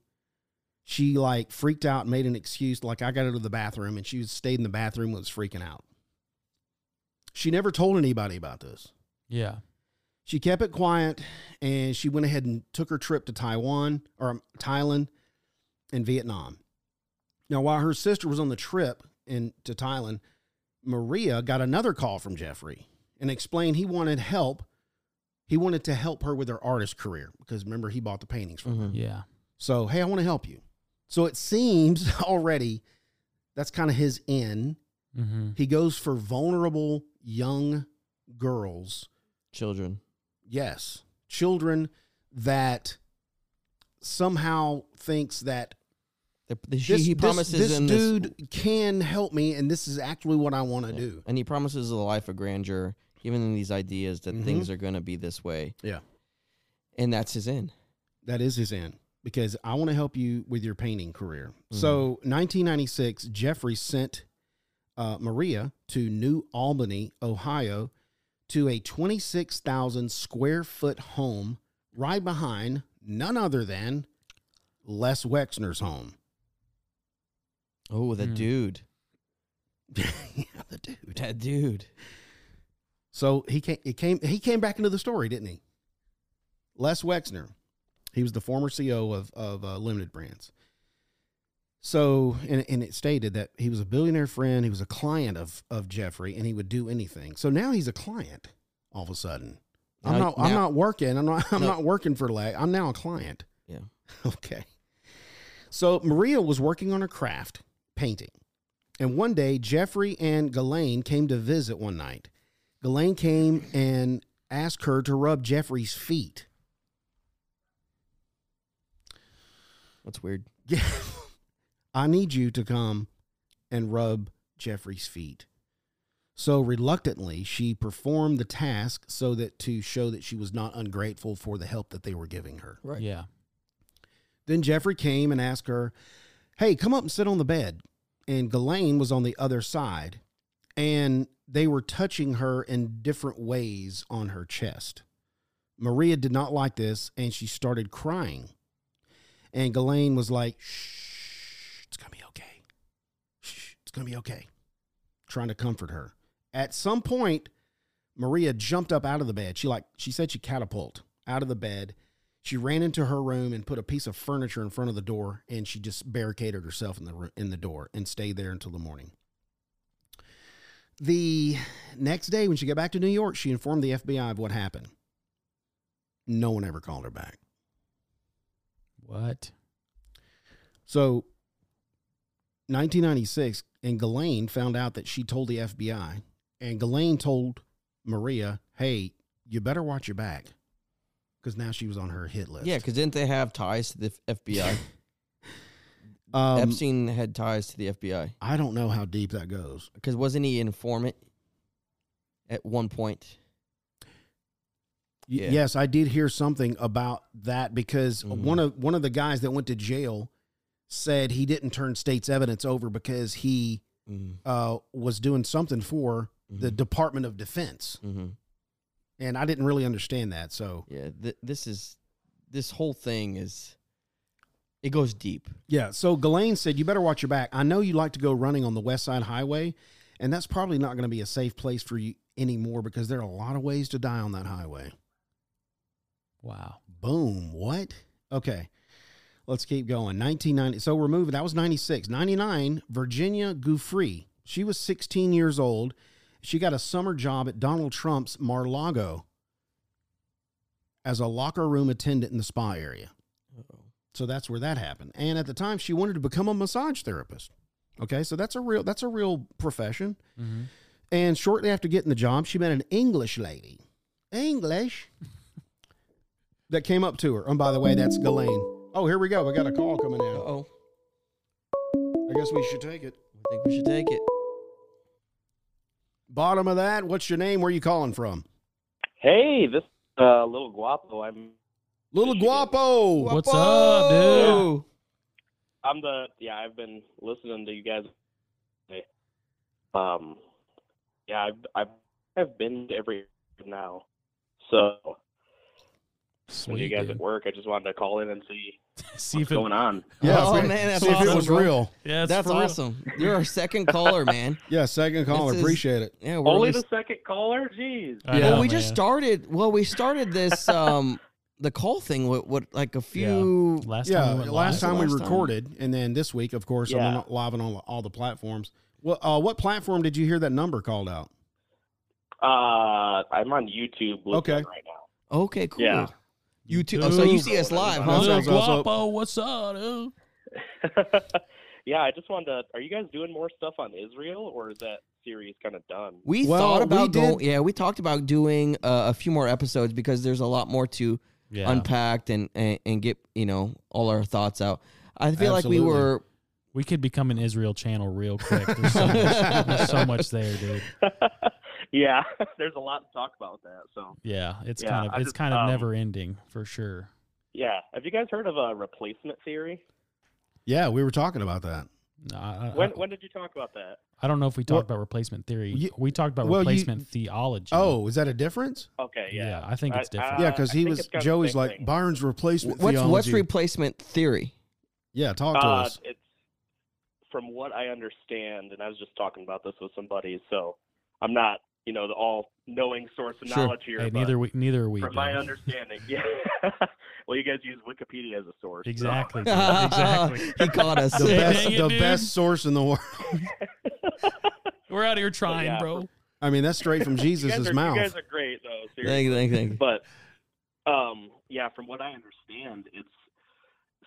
she like freaked out and made an excuse like i got to go to the bathroom and she stayed in the bathroom and was freaking out she never told anybody about this Yeah. she kept it quiet and she went ahead and took her trip to taiwan or um, thailand and vietnam now while her sister was on the trip in to thailand maria got another call from jeffrey and explained he wanted help. He wanted to help her with her artist career because remember he bought the paintings from. her. Mhm. Yeah. So hey, I want to help you. So it seems already that's kind of his in. Mm-hmm. He goes for vulnerable young girls Children. yes children that somehow thinks that The- the- she- this, he this- promises this, in this dude can help me and this is actually what i want to Yeah. do And he promises a life of grandeur, giving them these ideas that Mhm. things are going to be this way. Yeah. And that's his end. that is his end because i want to help you with your painting career so 1996 jeffrey sent uh, maria to new albany ohio to a 26000 square foot home right behind none other than les wexner's home Oh, that Hmm. dude. Mm. yeah the dude That dude. So he came, it came, he came back into the story, didn't he? Les Wexner, he was the former CEO of of uh, Limited Brands. So and and it stated that he was a billionaire friend, he was a client of of Jeffrey, and he would do anything. So now he's a client. All of a sudden, I'm Now- not I'm now- not working. I'm not I'm No. not working for Leg. I'm now a client. Yeah. Okay. So Maria was working on her craft, painting. And one day, Jeffrey and Ghislaine came to visit one night. Ghislaine came and asked her to rub Jeffrey's feet. That's weird. Yeah. I need you to come and rub Jeffrey's feet. So reluctantly, she performed the task so that to show that she was not ungrateful for the help that they were giving her. Right. Yeah. Then Jeffrey came and asked her, Hey, come up and sit on the bed. And Ghislaine was on the other side, and they were touching her in different ways on her chest. Maria did not like this, and she started crying. And Ghislaine was like, Shh, it's going to be okay. Shh, it's going to be okay. Trying to comfort her. At some point, Maria jumped up out of the bed. She like she said she catapult out of the bed she ran into her room and put a piece of furniture in front of the door, and she just barricaded herself in the ro- in the door and stayed there until the morning. The next day, when she got back to New York, she informed the FBI of what happened. No one ever called her back. What? So, 1996, and Ghislaine found out that she told the FBI, and Ghislaine told Maria, "Hey, you better watch your back," because now she was on her hit list. Yeah, because didn't they have ties to the F- FBI? um, Epstein had ties to the FBI. I don't know how deep that goes. Because wasn't he informant at one point? Y- Yeah. Yes, I did hear something about that because Mhm. one of one of the guys that went to jail said he didn't turn state's evidence over because he Mm, uh, was doing something for the mhm, Department of Defense, mhm. Mm-hmm. and I didn't really understand that. So Yeah, th- this is this whole thing is it goes deep. yeah, so Ghislaine said, "You better watch your back. I know you like to go running on the West Side Highway, and that's probably not going to be a safe place for you anymore because there are a lot of ways to die on that highway." Wow. Boom. What? Okay. Let's keep going. 1990. So we're moving. That was 96. 99, Virginia Gouffre. She was 16 years old. She got a summer job at Donald Trump's Mar-Lago as a locker room attendant in the spa area. So that's where that happened. And at the time, she wanted to become a massage therapist. Okay, so that's a real that's a real profession. Mm-hmm. And shortly after getting the job, she met an English lady. English. that came up to her. Oh, And by the way, that's Ghislaine. Oh, here we go. We got a call coming Uh in. oh. I guess we should take it. I think we should take it. Bottom of that, what's your name? Where you calling from? Hey, this uh, little guapo. I'm Little Guapo. What's up, dude? Whoa. I'm the yeah. I've been listening to you guys. Um, yeah, I've I've, I've been to every now. So when you Sweet, guys dude. at work, I just wanted to call in and see See what's if it, going on. Yeah, Oh, if it- man, that's see if it awesome, was bro. real. Yeah, That's, it's for real. awesome. You're our second caller, man. Yeah, second caller. This is- Appreciate it. Yeah, we're Only really- the second caller. Jeez. I Oh, Yeah. well, know, we just man. started. Well, we started this um the call thing with, with like a few. last yeah, time. we went last live. time we Last time. recorded, and then this week, of course, I'm Yeah. on- live on all, all the platforms. Well, uh, what platform did you hear that number called out? Uh, I'm on YouTube looking Okay. right now. Okay, cool. Yeah. You too. Oh, so you see us live, huh? Sounds Lil awesome. Guapo, what's up, dude? yeah, I just wanted to. Are you guys doing more stuff on Israel, or is that series kind of done? We Well, thought we about did- going. Yeah, we talked about doing uh, a few more episodes because there's a lot more to Yeah. unpack and, and and get you know all our thoughts out. I feel Absolutely. like we were. we could become an Israel channel real quick. There's so much, there's so much there, dude. yeah, there's a lot to talk about with that. So Yeah, it's Yeah, kind of I it's just, kind of um, never ending for sure. yeah, have you guys heard of a replacement theory? Yeah, we were talking about that. No, Uh, I, I- When when did you talk about that? I don't know if we talked about replacement theory. Ye- we talked about well, you- replacement theology. Oh, is that a difference? Okay, yeah. yeah, I think it's I- I- different. yeah, because Uh, I he think was it's kinda the Joey's same like thing. Barnes replacement What's what's theology. replacement theory? yeah, talk Uh, to us. It's from what I understand, and I was just talking about this with somebody, so I'm not you know the all knowing source of Sure. knowledge here. Hey, but neither we neither are we. from my dude. understanding, yeah. well, you guys use Wikipedia as a source. so- Exactly. dude, exactly. he caught us. The Dang best, it, the dude. best source in the world. We're out here trying, yeah. bro. I mean, that's straight from You guys, Jesus' are, mouth. you guys are great though. Seriously. Thank you, thank you, thank you. but um, yeah, from what I understand, it's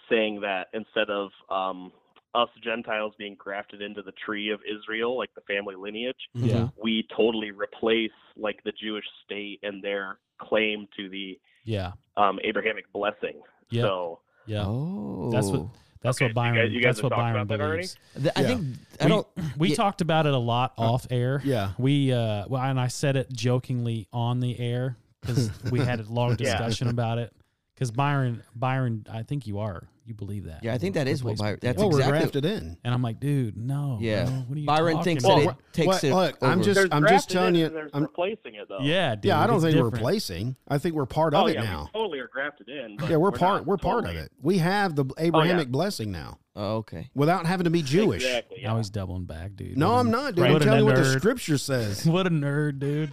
saying that instead of um, us Gentiles being grafted into the tree of Israel, like the family lineage, Mm-hmm. Mm-hmm. Yeah. we totally replace like the Jewish state and their claim to the Yeah. um, Abrahamic blessing. Yeah. So Yeah. Oh, That's what that's Okay, what so you Byron guys- you guys that's have what talked Byron about that already? believes. Th- I Yeah. think I we, don't. we yeah. talked about it a lot off air. yeah. We uh well, and I said it jokingly on the air because we had a long Yeah. discussion about it. Because Byron, Byron, I think you are. You believe that? Yeah, I think that is what Replacement Byron- that's theory. Well, exactly- we're grafted in. And I'm like, dude, no. Oh, Yeah. bro, what are you Byron talking thinks about? that Well, it takes what- it. look, I'm over. just- there's grafted telling in you, and there's I'm- replacing it though. Yeah, dude. yeah, I don't it's think different. we're replacing. I think we're part Oh of it yeah, now. we totally are grafted in. but Yeah, we're, not part. We're part of totally. Oh, it. We have the Abrahamic blessing now, oh, okay. without having to be Jewish. Exactly. Now Yeah. he's doubling back, dude. No, What a- Mm-hmm. I'm not, dude. I'm What a telling you what the nerd. scripture says. What a nerd, dude.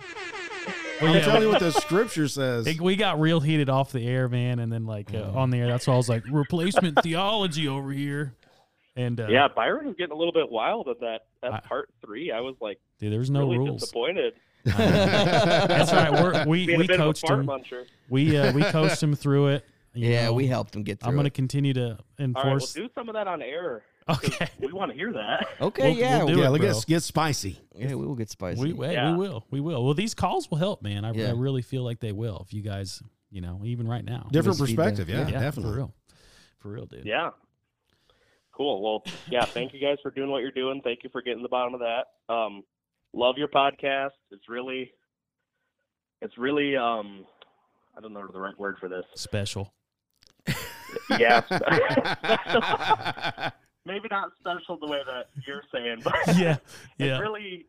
Well, I'm yeah, telling you what the scripture says. It- we got real heated off the air, man, and then like Mm. uh, on the air. That's why I was like, replacement theology over here. And uh, Yeah, Byron was getting a little bit wild at that at I- part three. I was like dude, there's no really rules. disappointed. That's all right. We're, we Being we a bit coached of a fart him. muncher. We uh, we coached him through it. you Yeah, know. we helped him get through. I'm gonna it. continue to All right, enforce. we'll do some of that on air. okay. We want to hear that. Okay, we'll- yeah, we'll do yeah, it, look, bro. get get spicy. yeah, we will get spicy. We, hey, Yeah. we will. We will. Well, these calls will help, man. I, I Yeah. really feel like they will. If you guys, you know, even right now, Different us feedback. perspective. Yeah, yeah, for definitely. real, for real, dude. Yeah. Cool. Well, yeah. Thank you guys for doing what you're doing. Thank you for getting to the bottom of that. Um, love your podcast. It's really, it's really. Um, I don't know the right word for this. Special. Yeah. Maybe not special the way that you're saying, but Yeah, yeah. it's really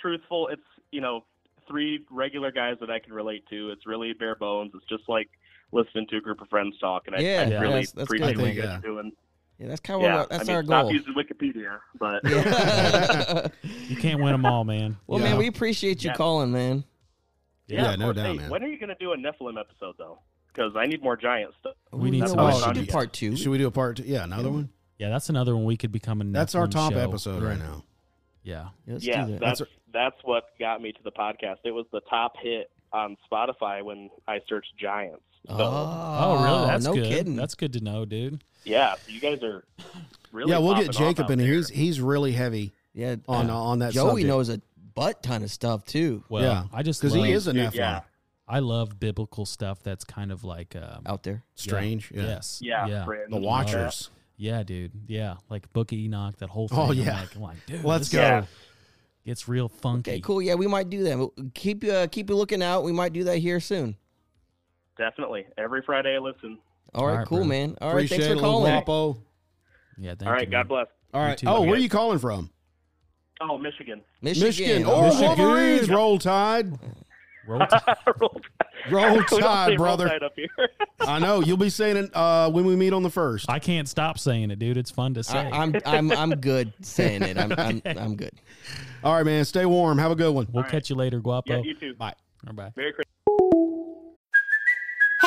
truthful. It's you know three regular guys that I can relate to. It's really bare bones. It's just like listening to a group of friends talk, and I, Yeah, I yeah, really that's- that's appreciate good. what you I guys are think, doing. yeah, that's kind of yeah, Oh, that's I mean, our stop goal. using Wikipedia, but Yeah. You can't win them all, man. well, Yeah. man, we appreciate you Yeah. calling, man. Yeah, of no course. doubt, Hey, man. When are you gonna do a Nephilim episode though? Because I need more giant stuff. We need you know some what? more Oh, We should do content. part two. Should we do a part two? Yeah, another one. Yeah, that's another one we could become a. That's our Nephilim top show. episode right now. Yeah, Yeah, Let's yeah, do that. that's That's that's what got me to the podcast. It was the top hit on Spotify when I searched giants. So Oh, really? That's no good. kidding. That's good to know, dude. yeah, so you guys are really. yeah, we'll get popping off Jacob out in here. there. He's he's really heavy yeah. on Oh, uh, on that. Joey subject. knows a butt ton of stuff too Well, Yeah, I just because love, he is a Dude, Nephilim. yeah. I love biblical stuff. That's kind of like um, out there. Strange. Yeah. Yes. Yeah, Yeah. friends. The Watchers. Yeah, dude. Yeah, like Book of Enoch, that whole thing. Oh, I'm yeah. like, I'm like, dude, Let's this go. Yeah. Gets real funky. Okay, cool. Yeah, we might do that. But Keep uh, keep looking out. We might do that here soon. Definitely every Friday I listen. All right, All right, cool, bro. man. All right, Appreciate thanks for it, little calling. Wapo. Yeah. Thank All right, you, man. God bless. All right. too, Oh, where are okay. you calling from? Oh, Michigan. Michigan. Michigan. All Oh, right. Michigan. Wolverines. Roll Tide. Roll Tide. Roll Roll We don't say Oh, Tide, Roll brother. Tide up here. I know. You'll be saying it uh, when we meet on the first. I can't stop saying it, dude. It's fun to say. I, I'm I'm I'm good saying it. I'm I'm, I'm good. All right, man. Stay warm. Have a good one. Oh, we'll catch you later, Guapo. yeah, you too. Bye. Bye. Merry Christmas. Hey,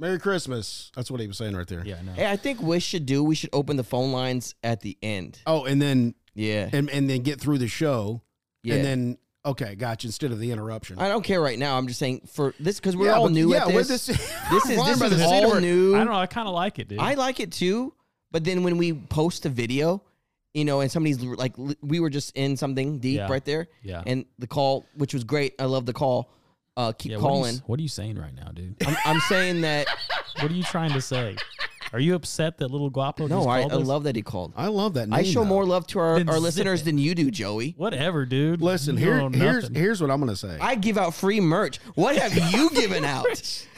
Merry Christmas. That's what he was saying right there. Yeah, I know. Hey, I think we should do. We should open the phone lines at the end. Oh, and then Yeah, and, and then get through the show. yeah. And then okay, gotcha. Instead of the interruption. I don't care right now. I'm just saying for this because we're Yeah, all but- new yeah, at we're this. this- This is we're flying this by is the seat of all our- new. I don't know. I kind of like it, dude. I like it too, but then when we post a video, you know, and somebody's l- like, l- we were just in something deep Yeah. right there, yeah. and the call, which was great. I love the call. Uh, keep yeah, What are, you, calling. s- what are you saying right now, dude? I'm, I'm saying that. What are you trying to say? Are you upset that little guapo? no, just I, I called us? love that he called. I love that name. I show though. more love to our, Then our zip listeners it. than you do, Joey. Whatever, dude. Listen, You here, know here's nothing. here's what I'm gonna say. I give out free merch. What have you given out?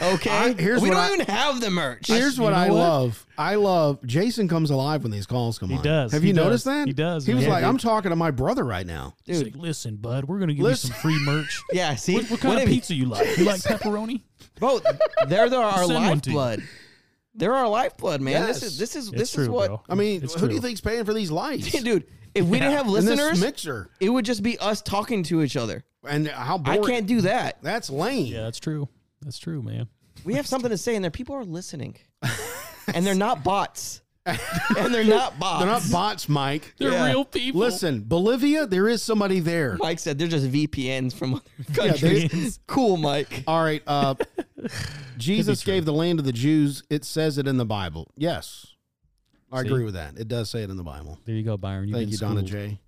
Okay, I- here's we what don't I- even have the merch. Here's what know I what? love. I love Jason comes alive when these calls come He on. does. Have He you does. noticed that? He does, He was man. like, Yeah, I'm talking to my brother right now. He's dude. like, listen, bud, we're gonna give Listen- you some free merch. Yeah, see, What, what kind of if- pizza you like? You like pepperoni? Bro, they're, they're our Send one to you. lifeblood. They're our lifeblood, man. This Yes. is this is It's this true, is what bro. I mean, It's who do true. you think's paying for these lights? dude. If we didn't have And this listeners, mixer it would just be us talking to each other. and how I boring. can't do that. That's lame. Yeah, that's true. That's true, man. We have something to say, and there people are listening, and they're not bots, and they're not bots. They're not bots, Mike. They're Yeah. real people. Listen, Bolivia, there is somebody there. Mike said they're just VPNs from other Yeah, countries. they- cool, Mike. all right. Uh, Jesus gave the land to the Jews. It says it in the Bible. Yes. I See? agree with that. It does say it in the Bible. There you go, Byron. You've Thank been you, Donna schooled. J.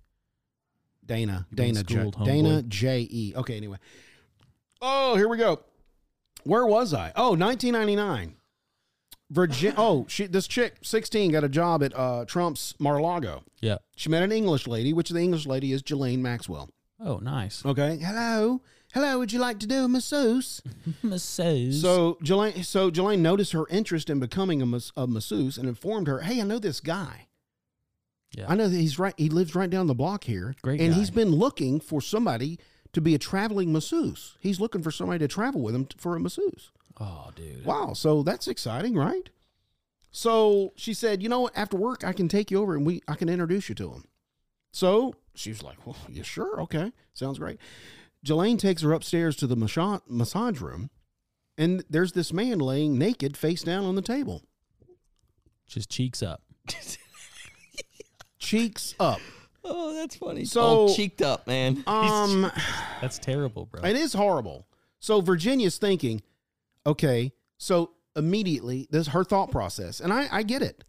Dana. You've been Dana J. schooled, Dana homeboy. J. E. Okay, anyway. Oh, here we go. Where was I? Oh, 1999. Virgin. Oh, she, this chick, 16, got a job at uh, Trump's Mar-a-Lago. Yeah. She met an English lady, which the English lady is Jelaine Maxwell. Oh, nice. Okay. Hello. Hello. Would you like to do a masseuse? Masseuse. So Jelaine, so Jelaine noticed her interest in becoming a, mas- a masseuse and informed her, "Hey, I know this guy. Yeah. I know that he's right. He lives right down the block here. Great and guy. he's been looking for somebody to be a traveling masseuse. He's looking for somebody to travel with him t- for a masseuse. oh, dude. Wow. So that's exciting, right? So she said, "You know what? After work, I can take you over and we I can introduce you to him." So she was like, "Well, yeah, sure, okay, sounds great." Jelaine takes her upstairs to the massa- massage room, and there's this man laying naked, face down on the table, Just cheeks up. cheeks up. Oh, that's funny. So- All cheeked up, man. Um, That's terrible, bro. it is horrible. So Virginia's thinking, okay, so immediately this her thought process, and I, I get it.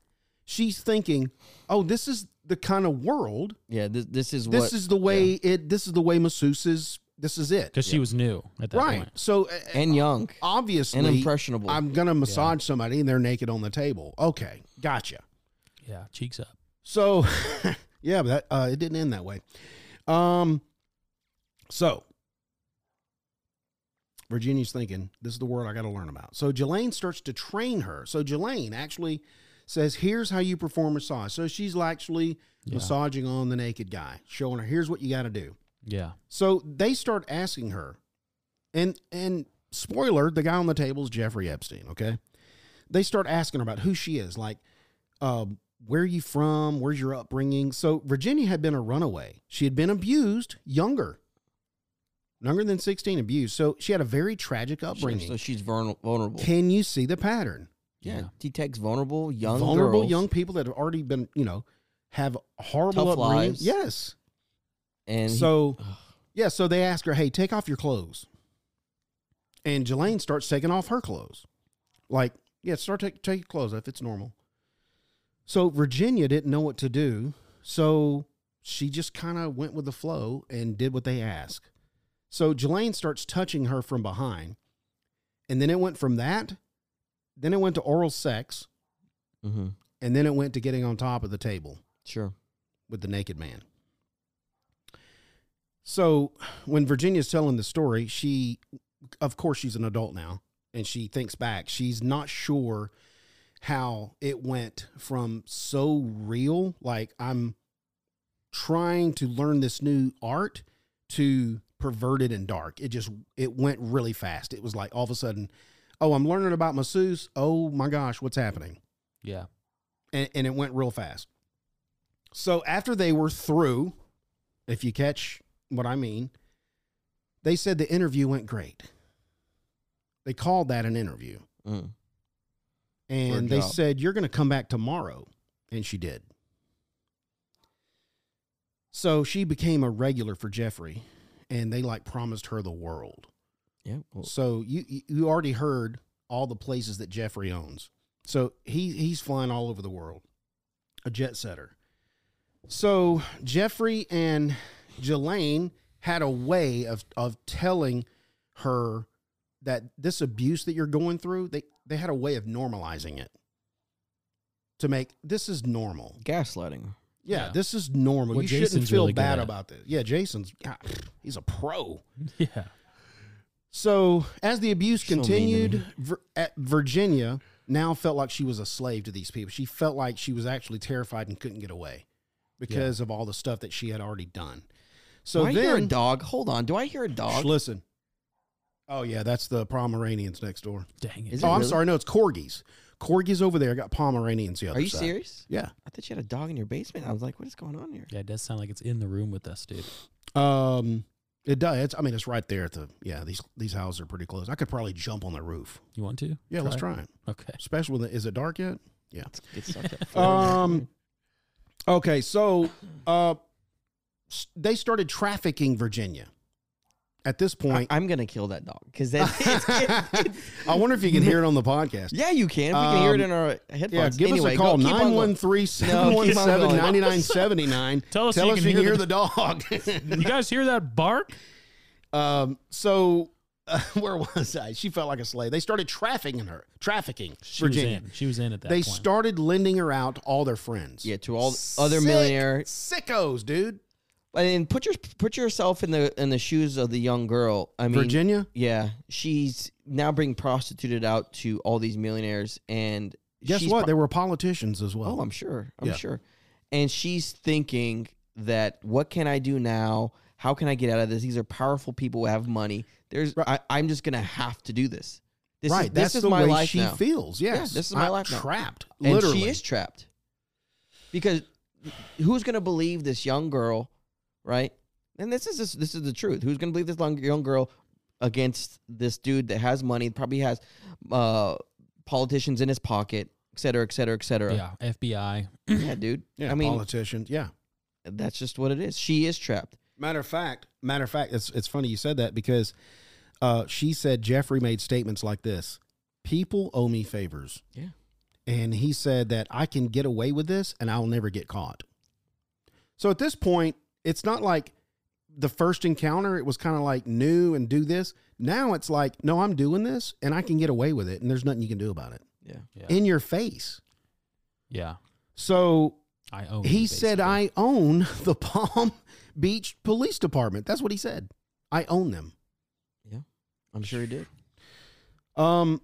She's thinking, oh, this is the kind of world Yeah, this this is this what is the way it this is the way masseuses this is it Because she was new at that right point. so uh, and young obviously and impressionable. i'm gonna massage somebody and they're naked on the table okay gotcha Yeah, cheeks up. so yeah but that uh, it didn't end that way um so virginia's thinking this is the word i gotta learn about so jelaine starts to train her so jelaine actually says here's how you perform massage so she's actually Yeah. massaging on the naked guy showing her here's what you gotta do Yeah. So they start asking her, and and spoiler, the guy on the table is Jeffrey Epstein. Okay, they start asking her about who she is, like, um, where are you from, where's your upbringing. So Virginia had been a runaway. She had been abused younger, younger than sixteen, abused. So she had a very tragic upbringing. So she's vulner- vulnerable. Can you see the pattern? yeah, Yeah. detects vulnerable young Vulnerable girls young people that have already been, you know, have horrible Tough upbringings. lives. Yes. and he- so yeah so they ask her hey take off your clothes and jelaine starts taking off her clothes like yeah start take, take your clothes off it's normal so virginia didn't know what to do so she just kind of went with the flow and did what they asked so jelaine starts touching her from behind and then it went from that then it went to oral sex Mhm, and then it went to getting on top of the table sure. with the naked man. So when Virginia's telling the story, she, of course, she's an adult now and she thinks back. She's not sure how it went from so real, like I'm trying to learn this new art to perverted and dark. It just it went really fast. It was like all of a sudden, oh, I'm learning about masseuse. Oh my gosh, what's happening? Yeah. and, and it went real fast. So after they were through, if you catch what I mean, they said the interview went great. They called that an interview. Mm. And For a they job. said, You're going to come back tomorrow. And she did. So she became a regular for Jeffrey, and they like promised her the world. Yeah. well, So you you- you already heard all the places that Jeffrey owns. So he he's flying all over the world, a jet setter. So Jeffrey and Jelaine had a way of of telling her that this abuse that you're going through, they they had a way of normalizing it to make this is normal. gaslighting. Yeah, Yeah. this is normal. Well, you shouldn't Jason's feel really good bad at it. about this. Yeah, Jason's God, he's a pro. Yeah. So, as the abuse So mean to continued, me. Vir- at Virginia now felt like she was a slave to these people. She felt like she was actually terrified and couldn't get away because of all the stuff that she had already done. So do I hear a then, dog? Hold on. Do I hear a Shh, dog? listen. Oh yeah, that's the Pomeranians next door. Dang it. Is oh, it I'm really? sorry. No, it's corgis. Corgis over there. I got Pomeranians the other Are you side. serious? Yeah. I thought you had a dog in your basement. I was like, what is going on here? Yeah, it does sound like it's in the room with us, dude. Um, it does. It's, I mean, it's right there at the. Yeah, these these houses are pretty close. I could probably jump on the roof. You want to? Yeah, let's try it. Okay. Especially when the, is it dark yet? It's, it's such a Um, okay, so uh, s- they started trafficking Virginia. At this I, point, I, am gonna kill that dog because that. It's, it's, it's, wonder if you can hear it on the podcast. yeah, you can. We can hear it Um, in our headphones. Yeah, give anyway, us a go- call, keep on going. 913 717 9979. Tell us you can you can hear hear the- the dog. You guys hear that bark? Um, so uh, where was I? She felt like a slave. They started trafficking her, trafficking She Virginia. was in. She was in at that They point. started lending her out to all their friends. Yeah, to all the other Sick millionaires. sickos, dude. I mean, put your put yourself in the in the shoes of the young girl. I mean, Virginia. Yeah, she's now being prostituted out to all these millionaires, and Guess she's what? pro- they were politicians as well. Oh, I'm sure. I'm Yeah. sure. And she's thinking that what can I do now? How can I get out of this? These are powerful people who have money. There's I, I'm just gonna have to do this. This right. is, That's this is the my way life she now. feels. Yes. Yeah, this is my I'm life now. Trapped. and literally. she is trapped because who's gonna believe this young girl, right? And this is this, this is the truth. Who's gonna believe this long, young girl against this dude that has money, probably has uh, politicians in his pocket, et cetera, et cetera, et cetera. yeah, FBI. yeah dude. yeah, I mean, politicians. Yeah. that's just what it is. She is trapped. Matter of fact, matter of fact, it's it's funny you said that because uh, she said Jeffrey made statements like this: "People owe me favors." Yeah. and he said that I can get away with this and I'll never get caught. So at this point, it's not like the first encounter; it was kind of like new and do this. Now it's like, no, I'm doing this and I can get away with it, and there's nothing you can do about it Yeah. Yeah. in your face. yeah. So I own. he you, said, Oh, basically. I own the Palm Beach Police Department. That's what he said. I own them. I'm sure he did. Um,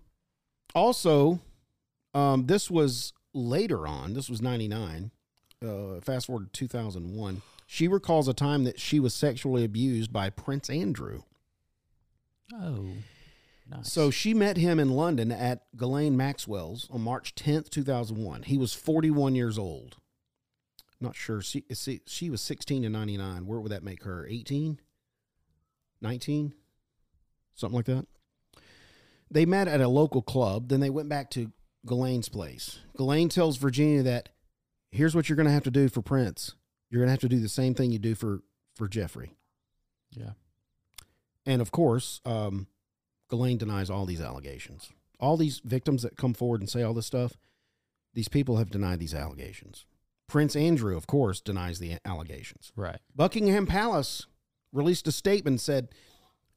also, um, this was later on. This was 99. Uh, fast forward to 2001. She recalls a time that she was sexually abused by Prince Andrew. Oh. Nice. So she met him in London at Ghislaine Maxwell's on March 10th, 2001. He was 41 years old. Not sure. She, she, she was 16 to 99. Where would that make her? 18? 19? Something like that. They met at a local club. Then they went back to Ghislaine's place. Ghislaine tells Virginia that here's what you're going to have to do for Prince. You're going to have to do the same thing you do for, for Jeffrey. yeah. And of course, um, Ghislaine denies all these allegations. All these victims that come forward and say all this stuff, these people have denied these allegations. Prince Andrew, of course, denies the allegations. Right. Buckingham Palace released a statement said,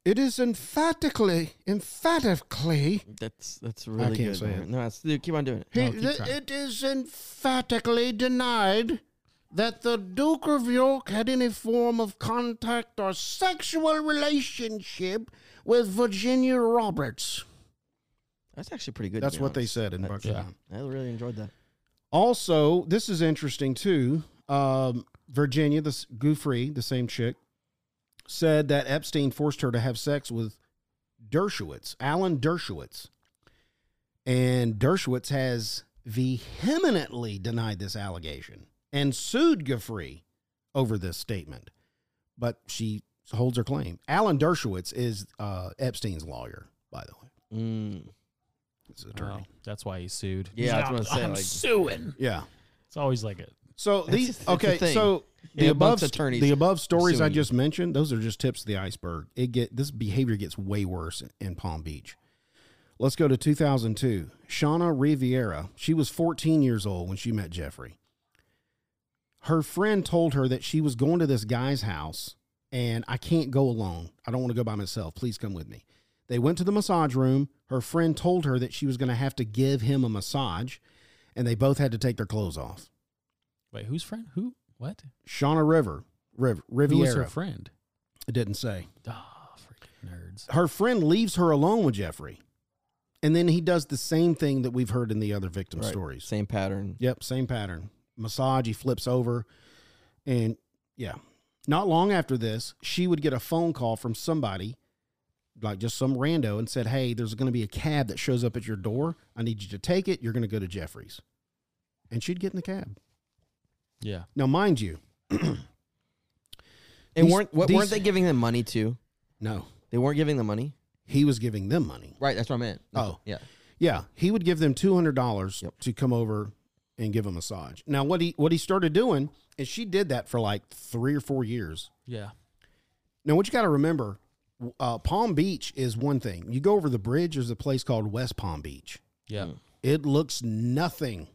"It is emphatically, emphatically, That's that's really can't good. say it. No, it's, dude, keep on doing it. No, keep it trying. it is emphatically denied." That the Duke of York had any form of contact or sexual relationship with Virginia Roberts. That's actually pretty good. to That's be what they honest. said in That- Bucks. yeah. I really enjoyed that. Also, this is interesting too. Um, Virginia, this Goofrey, the same chick, said that Epstein forced her to have sex with Dershowitz, Alan Dershowitz. And Dershowitz has vehemently denied this allegation and sued Goofrey over this statement. But she holds her claim. Alan Dershowitz is uh, Epstein's lawyer, by the way. Mm. It's an attorney. Oh, that's why he sued. Yeah, that's what I'm saying, I'm like- suing. Yeah. It's always like it. So That's these the- that's the okay. thing. so the Yeah, above Buck's attorneys the above stories suing I you. just mentioned, those are just tips of the iceberg. It get this behavior gets way worse in, in Palm Beach. Let's go to 2002. Shauna Riviera. She was 14 years old when she met Jeffrey. Her friend told her that she was going to this guy's house and I can't go alone. I don't want to go by myself. Please come with me. They went to the massage room. Her friend told her that she was going to have to give him a massage and they both had to take their clothes off. Wait, who's friend? Who? What? Shauna River, Riv Who was her Riviera. friend? it didn't say. Ah, freaking nerds. Her friend leaves her alone with Jeffrey, and then he does the same thing that we've heard in the other victim Right. stories. Same pattern. Yep, same pattern. Massage. He flips over, and yeah. Not long after this, she would get a phone call from somebody, like just some rando, and said, "Hey, there's going to be a cab that shows up at your door. I need you to take it. You're going to go to Jeffrey's," and she'd get in the cab. Yeah. Now, mind you, And These- weren't what, these- weren't they giving them money too? no, They weren't giving them money. he was giving them money. Right. That's what I meant. That's- Oh. yeah. Yeah, he would give them two hundred dollars Yep. to come over and give a massage. Now, what he what he started doing is she did that for like three or four years. Yeah. Now, what you got to remember, uh, Palm Beach is one thing. You go over the bridge, there's a place called West Palm Beach. Yeah. It looks nothing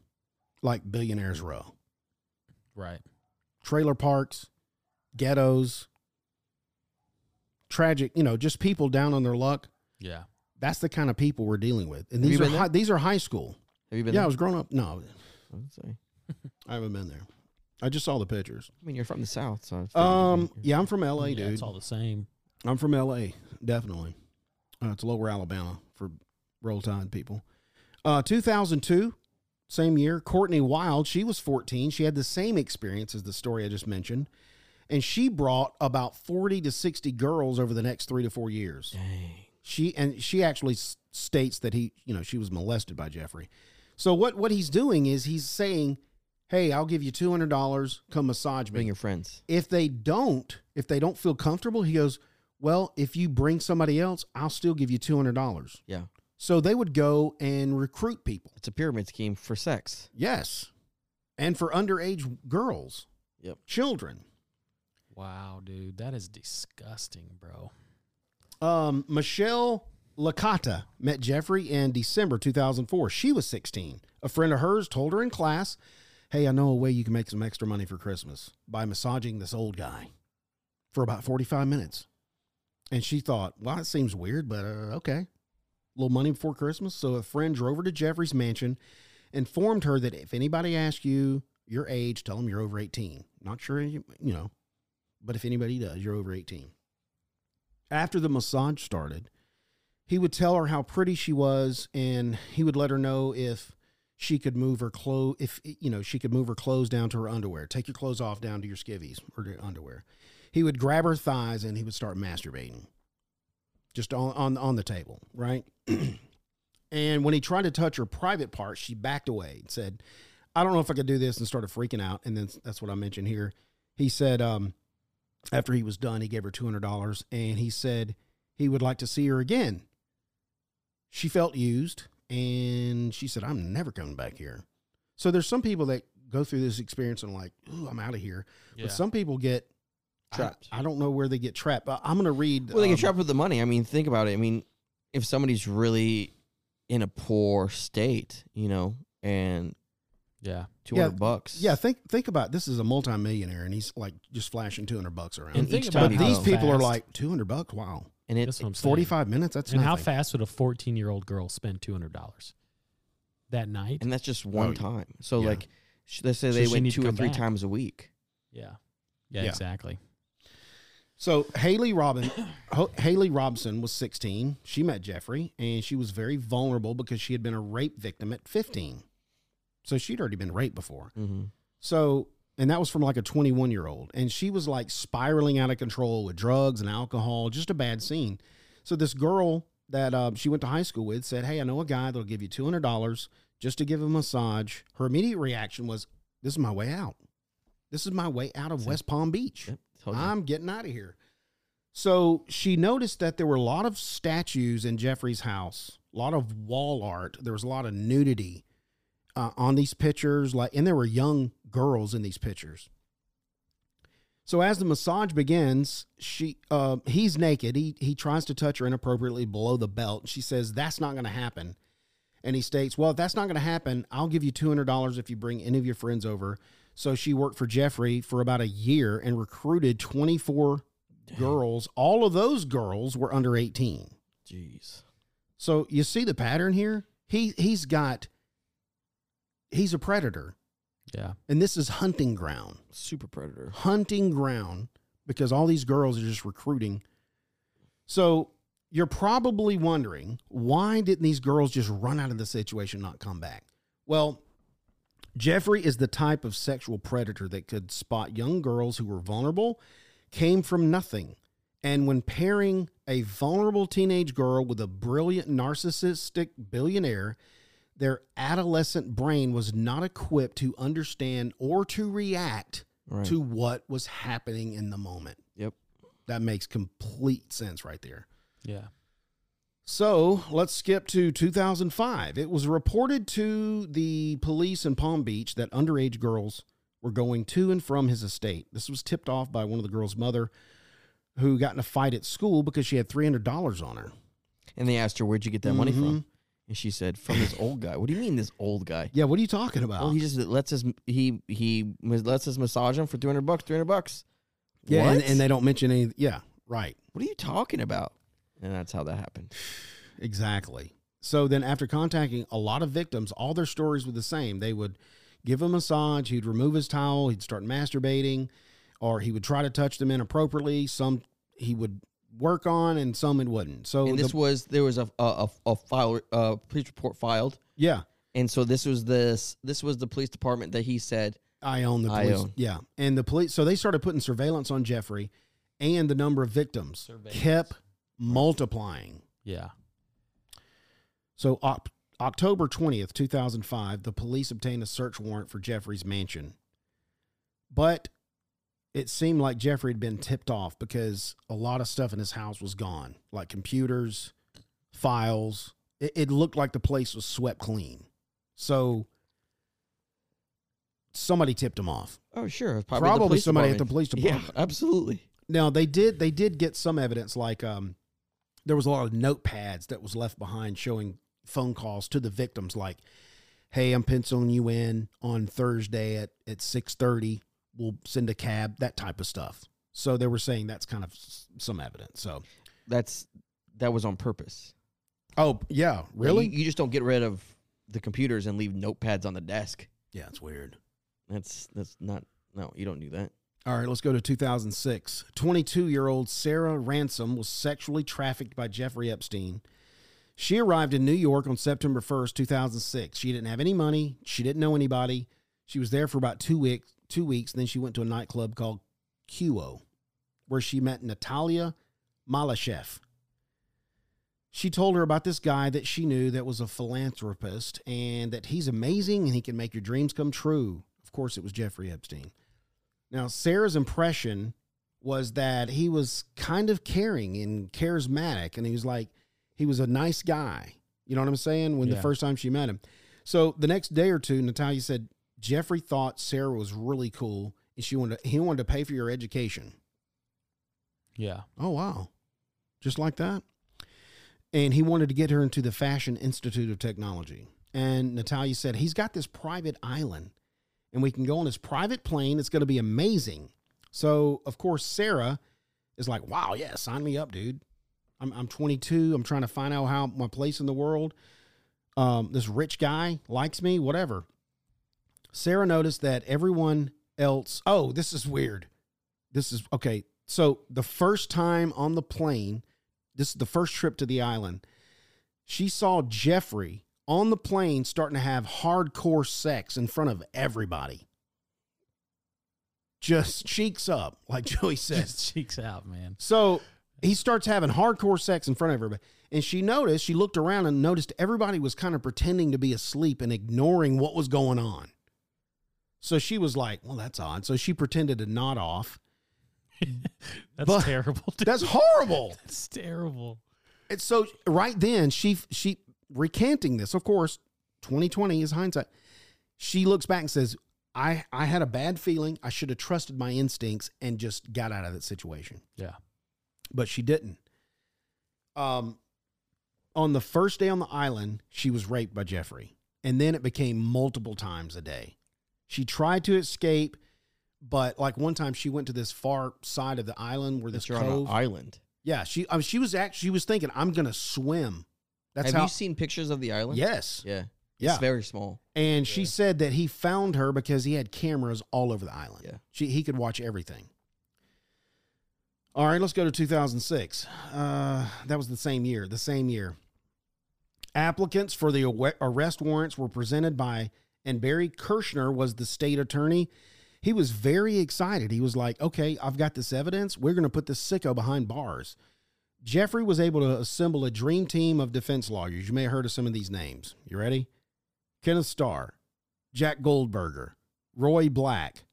like Billionaires Row. Right. Trailer parks, ghettos, tragic. You know, just people down on their luck. Yeah. That's the kind of people we're dealing with, and Have these you are been there? high, these are high school. Have you been? Yeah, I there? was growing up. No, Oh, sorry. I haven't been there. I just saw the pictures. I mean, you're from the south, so. I figured Um, you'd be- yeah, I'm from LA, Yeah, dude. It's all the same. I'm from LA, definitely. Uh, it's Lower Alabama for Roll Tide people. Uh, 2002, same year, Courtney Wild. She was 14. She had the same experience as the story I just mentioned, and she brought about 40 to 60 girls over the next three to four years. Dang. She and she actually s- states that he, you know, she was molested by Jeffrey. So what what he's doing is he's saying, "Hey, I'll give you two hundred dollars. Come massage me." Bring your friends. if they don't, if they don't feel comfortable, he goes, "Well, if you bring somebody else, I'll still give you two hundred dollars." Yeah. So they would go and recruit people. It's a pyramid scheme for sex. Yes, and for underage girls, Yep. children. Wow, dude. That is disgusting, bro. Um, Michelle Lakata met Jeffrey in December 2004. She was 16. A friend of hers told her in class, Hey, I know a way you can make some extra money for Christmas by massaging this old guy for about 45 minutes. And she thought, Well, that seems weird, but uh, okay. A little money before Christmas. So a friend drove her to Jeffrey's mansion, informed her that if anybody asks you your age, tell them you're over 18. Not sure, you you know, but if anybody does, you're over 18 after the massage started, he would tell her how pretty she was, and he would let her know if she could move her clothes, if you know she could move her clothes down to her underwear. Take your clothes off down to your skivvies or your underwear. He would grab her thighs and he would start masturbating, just on on on the table, right? and when he tried to touch her private parts, she backed away and said, "I don't know if I could do this," and started freaking out. And then that's what I mentioned here. He said, um, after he was done, he gave her $200 and he said he would like to see her again. She felt used and she said, I'm never coming back here. So there's some people that go through this experience and are like, ooh, I'm out of here. Yeah. But some people get I- Trapped. I, don't know where they get trapped. I- I'm going to read. Well, they um, get trapped with the money. I mean, think about it. I mean, if somebody's really in a poor state, you know, and Yeah. two hundred bucks. Yeah, think think about it. this is a multimillionaire and he's like just flashing 200 bucks around. And each think but about time how these people are fast- like 200 bucks. Wow. and it, That's what I'm saying. 45 minutes. That's and how nothing. fast would a 14 year old girl spend $200 that night? and that's just one Oh, yeah. time. So Yeah. like, sh- let's say So they she went need to two or come three back. times a week. yeah. yeah. Yeah. exactly. So Haley Robin, Ho- Haley Robson was 16. She met Jeffrey, and she was very vulnerable because she had been a rape victim at 15. So she'd already been raped before. Mhm. So, and that was from like a 21 year old. And she was like spiraling out of control with drugs and alcohol, just a bad scene. So, this girl that uh, she went to high school with said, Hey, I know a guy that'll give you $200 just to give him a massage. Her immediate reaction was, This is my way out. This is my way out of West Palm Beach. Yep, told you. I'm getting out of here. So she noticed that there were a lot of statues in Jeffrey's house, a lot of wall art. There was a lot of nudity uh, on these pictures, like, and there were young girls in these pictures. So as the massage begins, she uh, he's naked. He he tries to touch her inappropriately below the belt. She says that's not going to happen, and he states, "Well, if that's not going to happen, I'll give you two hundred dollars if you bring any of your friends over." So she worked for Jeffrey for about a year and recruited twenty four girls. All of those girls were under eighteen. Jeez. So you see the pattern here. He he's got he's a predator, Yeah. and this is hunting ground Super predator. hunting ground because all these girls are just recruiting. So you're probably wondering why didn't these girls just run out of the situation, and not come back? Well, Jeffrey is the type of sexual predator that could spot young girls who were vulnerable, came from nothing. And when pairing a vulnerable teenage girl with a brilliant narcissistic billionaire, their adolescent brain was not equipped to understand or to react Right. to what was happening in the moment. Yep. That makes complete sense right there. Yeah. So let's skip to 2005. It was reported to the police in Palm Beach that underage girls were going to and from his estate. This was tipped off by one of the girl's mother who got in a fight at school because she had $300 on her. And they asked her, "Where'd you get that money Mhm. from?" And she said, "From this old guy." What do you mean, this old guy? Yeah, what are you talking about? Oh, he just lets us. He he mis- lets us massage him for two hundred bucks. Three hundred bucks. yeah, what? and, and they don't mention any. Yeah, right. what are you talking about? And that's how that happened. Exactly. So then, after contacting a lot of victims, all their stories were the same. They would give him a massage, he'd remove his towel, he'd start masturbating, or he would try to touch them inappropriately. Some he would work on, and some it wouldn't. So and this the- was there was a a, a, a file a police report filed, yeah, and so this was this this was the police department that he said I own the I police. own. Yeah, and the police. So they started putting surveillance on Jeffrey, and the number of victims Surveillance. kept multiplying. Yeah. So op- October 20th, 2005, the police obtained a search warrant for Jeffrey's mansion. But it seemed like Jeffrey had been tipped off because a lot of stuff in his house was gone, like computers, files. It, it looked like the place was swept clean. So somebody tipped him off. Oh, sure. it's Probably, the police somebody at the department. police department. Yeah, absolutely. Now they did they did get some evidence like um there was a lot of notepads that was left behind showing phone calls to the victims like hey I'm penciling you in on Thursday at at 6:30 we'll send a cab that type of stuff. So they were saying that's kind of s- some evidence. So That's that was on purpose. oh yeah, Like, really? You, you just don't get rid of the computers and leave notepads on the desk. yeah, it's weird. That's that's not no. You don't do that. All right, let's go to 2006. 22 year old Sarah Ransom was sexually trafficked by Jeffrey Epstein. She arrived in New York on September 1st, 2006. She didn't have any money. She didn't know anybody. She was there for about two weeks. Two weeks. Then she went to a nightclub called QO, where she met Natalia Malashev. She told her about this guy that she knew that was a philanthropist and that he's amazing and he can make your dreams come true. Of course, it was Jeffrey Epstein. Now, Sarah's impression was that he was kind of caring and charismatic, and he was like, he was a nice guy. You know what I'm saying? When the Yeah. first time she met him. So the next day or two, Natalia said Jeffrey thought Sarah was really cool, and she wanted to, he wanted to pay for your education. Yeah. Oh wow, just like that. And he wanted to get her into the Fashion Institute of Technology. And Natalia said he's got this private island, and we can go on his private plane. It's going to be amazing. So of course Sarah is like, "Wow, yeah, sign me up, dude. I'm I'm 22. I'm trying to find out how my place in the world. Um, this rich guy likes me, whatever." Sarah noticed that everyone else. Oh, this is weird. This is okay. so the first time on the plane, this is the first trip to the island, she saw Jeffrey on the plane starting to have hardcore sex in front of everybody. Just cheeks up, like Joey says. Just cheeks out, man. So he starts having hardcore sex in front of everybody. And she noticed, she looked around and noticed everybody was kind of pretending to be asleep and ignoring what was going on. So she was like, well, that's odd. So she pretended to nod off. That's But- terrible. Dude. That's horrible. That's terrible. And so right then she she recanting this. Of course, 2020 is hindsight. She looks back and says, "I I had a bad feeling. I should have trusted my instincts and just got out of that situation." Yeah. But she didn't. Um on the first day on the island, she was raped by Jeffrey, and then it became multiple times a day. She tried to escape, but like one time she went to this far side of the island where this That you're on an cove. island. Yeah, she I mean, she was actually she was thinking I'm gonna swim. That's Have how. you seen pictures of the island? yes, Yeah. yeah. It's very small. and she said that he found her because he had cameras all over the island. Yeah. she he could watch everything. All right, let's go to 2006. Uh, that was the same year. The same year, applicants for the awa- arrest warrants were presented by, and Barry Kirschner was the state attorney. He was very excited. He was like, "Okay, I've got this evidence. We're going to put this sicko behind bars." Jeffrey was able to assemble a dream team of defense lawyers. You may have heard of some of these names. You ready? Kenneth Starr, Jack Goldberger, Roy Black,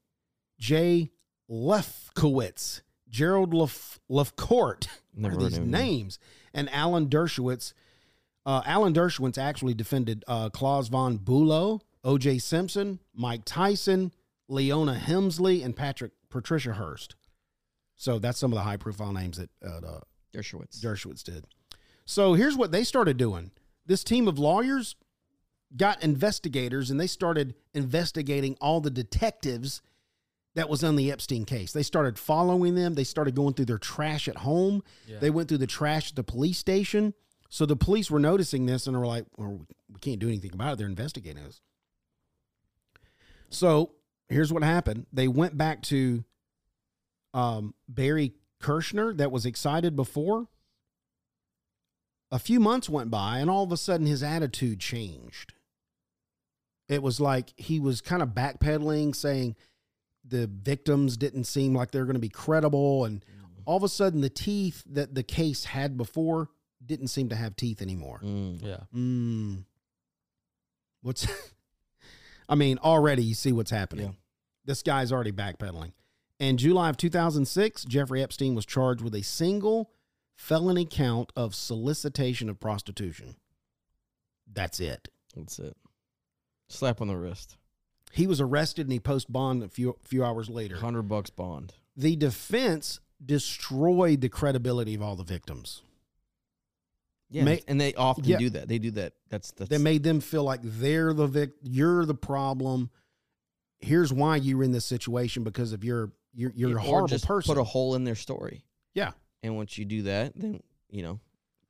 Jay Lefkowitz, Gerald Lef- Lefcourt. Never are these heard of him. names? And Alan Dershowitz. Uh, Alan Dershowitz actually defended uh, Claus von Bulow, O.J. Simpson, Mike Tyson, Leona Hemsley, and Patrick Patricia Hearst. So that's some of the high-profile names that uh, uh, Dershowitz. Dershowitz did. So here's what they started doing. This team of lawyers got investigators and they started investigating all the detectives that was on the Epstein case. They started following them. They started going through their trash at home. They went through the trash at the police station. So the police were noticing this and were like, well, we can't do anything about it. They're investigating us. So here's what happened. They went back to um, Barry Kirshner that was excited before. A few months went by, and all of a sudden his attitude changed. It was like he was kind of backpedaling, saying the victims didn't seem like they're going to be credible. And all of a sudden, the teeth that the case had before didn't seem to have teeth anymore. Mm. Yeah. Mm. What's, I mean, already you see what's happening. Yeah. This guy's already backpedaling. In July of 2006, Jeffrey Epstein was charged with a single felony count of solicitation of prostitution. That's it. That's it. Slap on the wrist. He was arrested and he posted bond a few few hours later. Hundred bucks bond. The defense destroyed the credibility of all the victims. Yeah, May- and they often Yeah. do that. They do that. That's that's They made them feel like they're the vic- you're the problem. Here's why you're in this situation because of your you're, you're or a horrible just person. Put a hole in their story, yeah. and once you do that, then you know,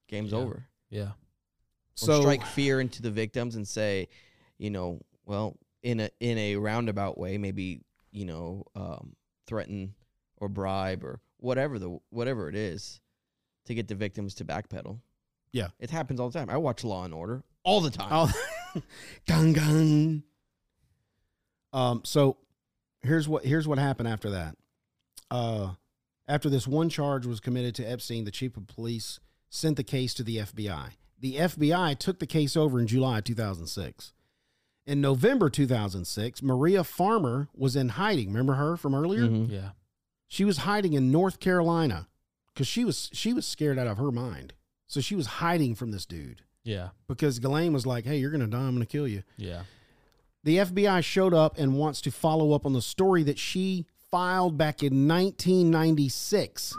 game's Yeah. over. Yeah. Or So strike fear into the victims and say, you know, well, in a in a roundabout way, maybe you know, um, threaten or bribe or whatever the whatever it is to get the victims to backpedal. Yeah. it happens all the time. I watch Law and Order all the time. Oh, gung gung. Um. So here's what here's what happened after that. Uh, after this one charge was committed to Epstein, the chief of police sent the case to the FBI. The FBI took the case over in July 2006. In November 2006, Maria Farmer was in hiding. Remember her from earlier? Mhm. Yeah. She was hiding in North Carolina because she was she was scared out of her mind. So she was hiding from this dude Yeah. because Ghislaine was like, "Hey, you're gonna die. I'm gonna kill you." Yeah. The FBI showed up and wants to follow up on the story that she filed back in 1996.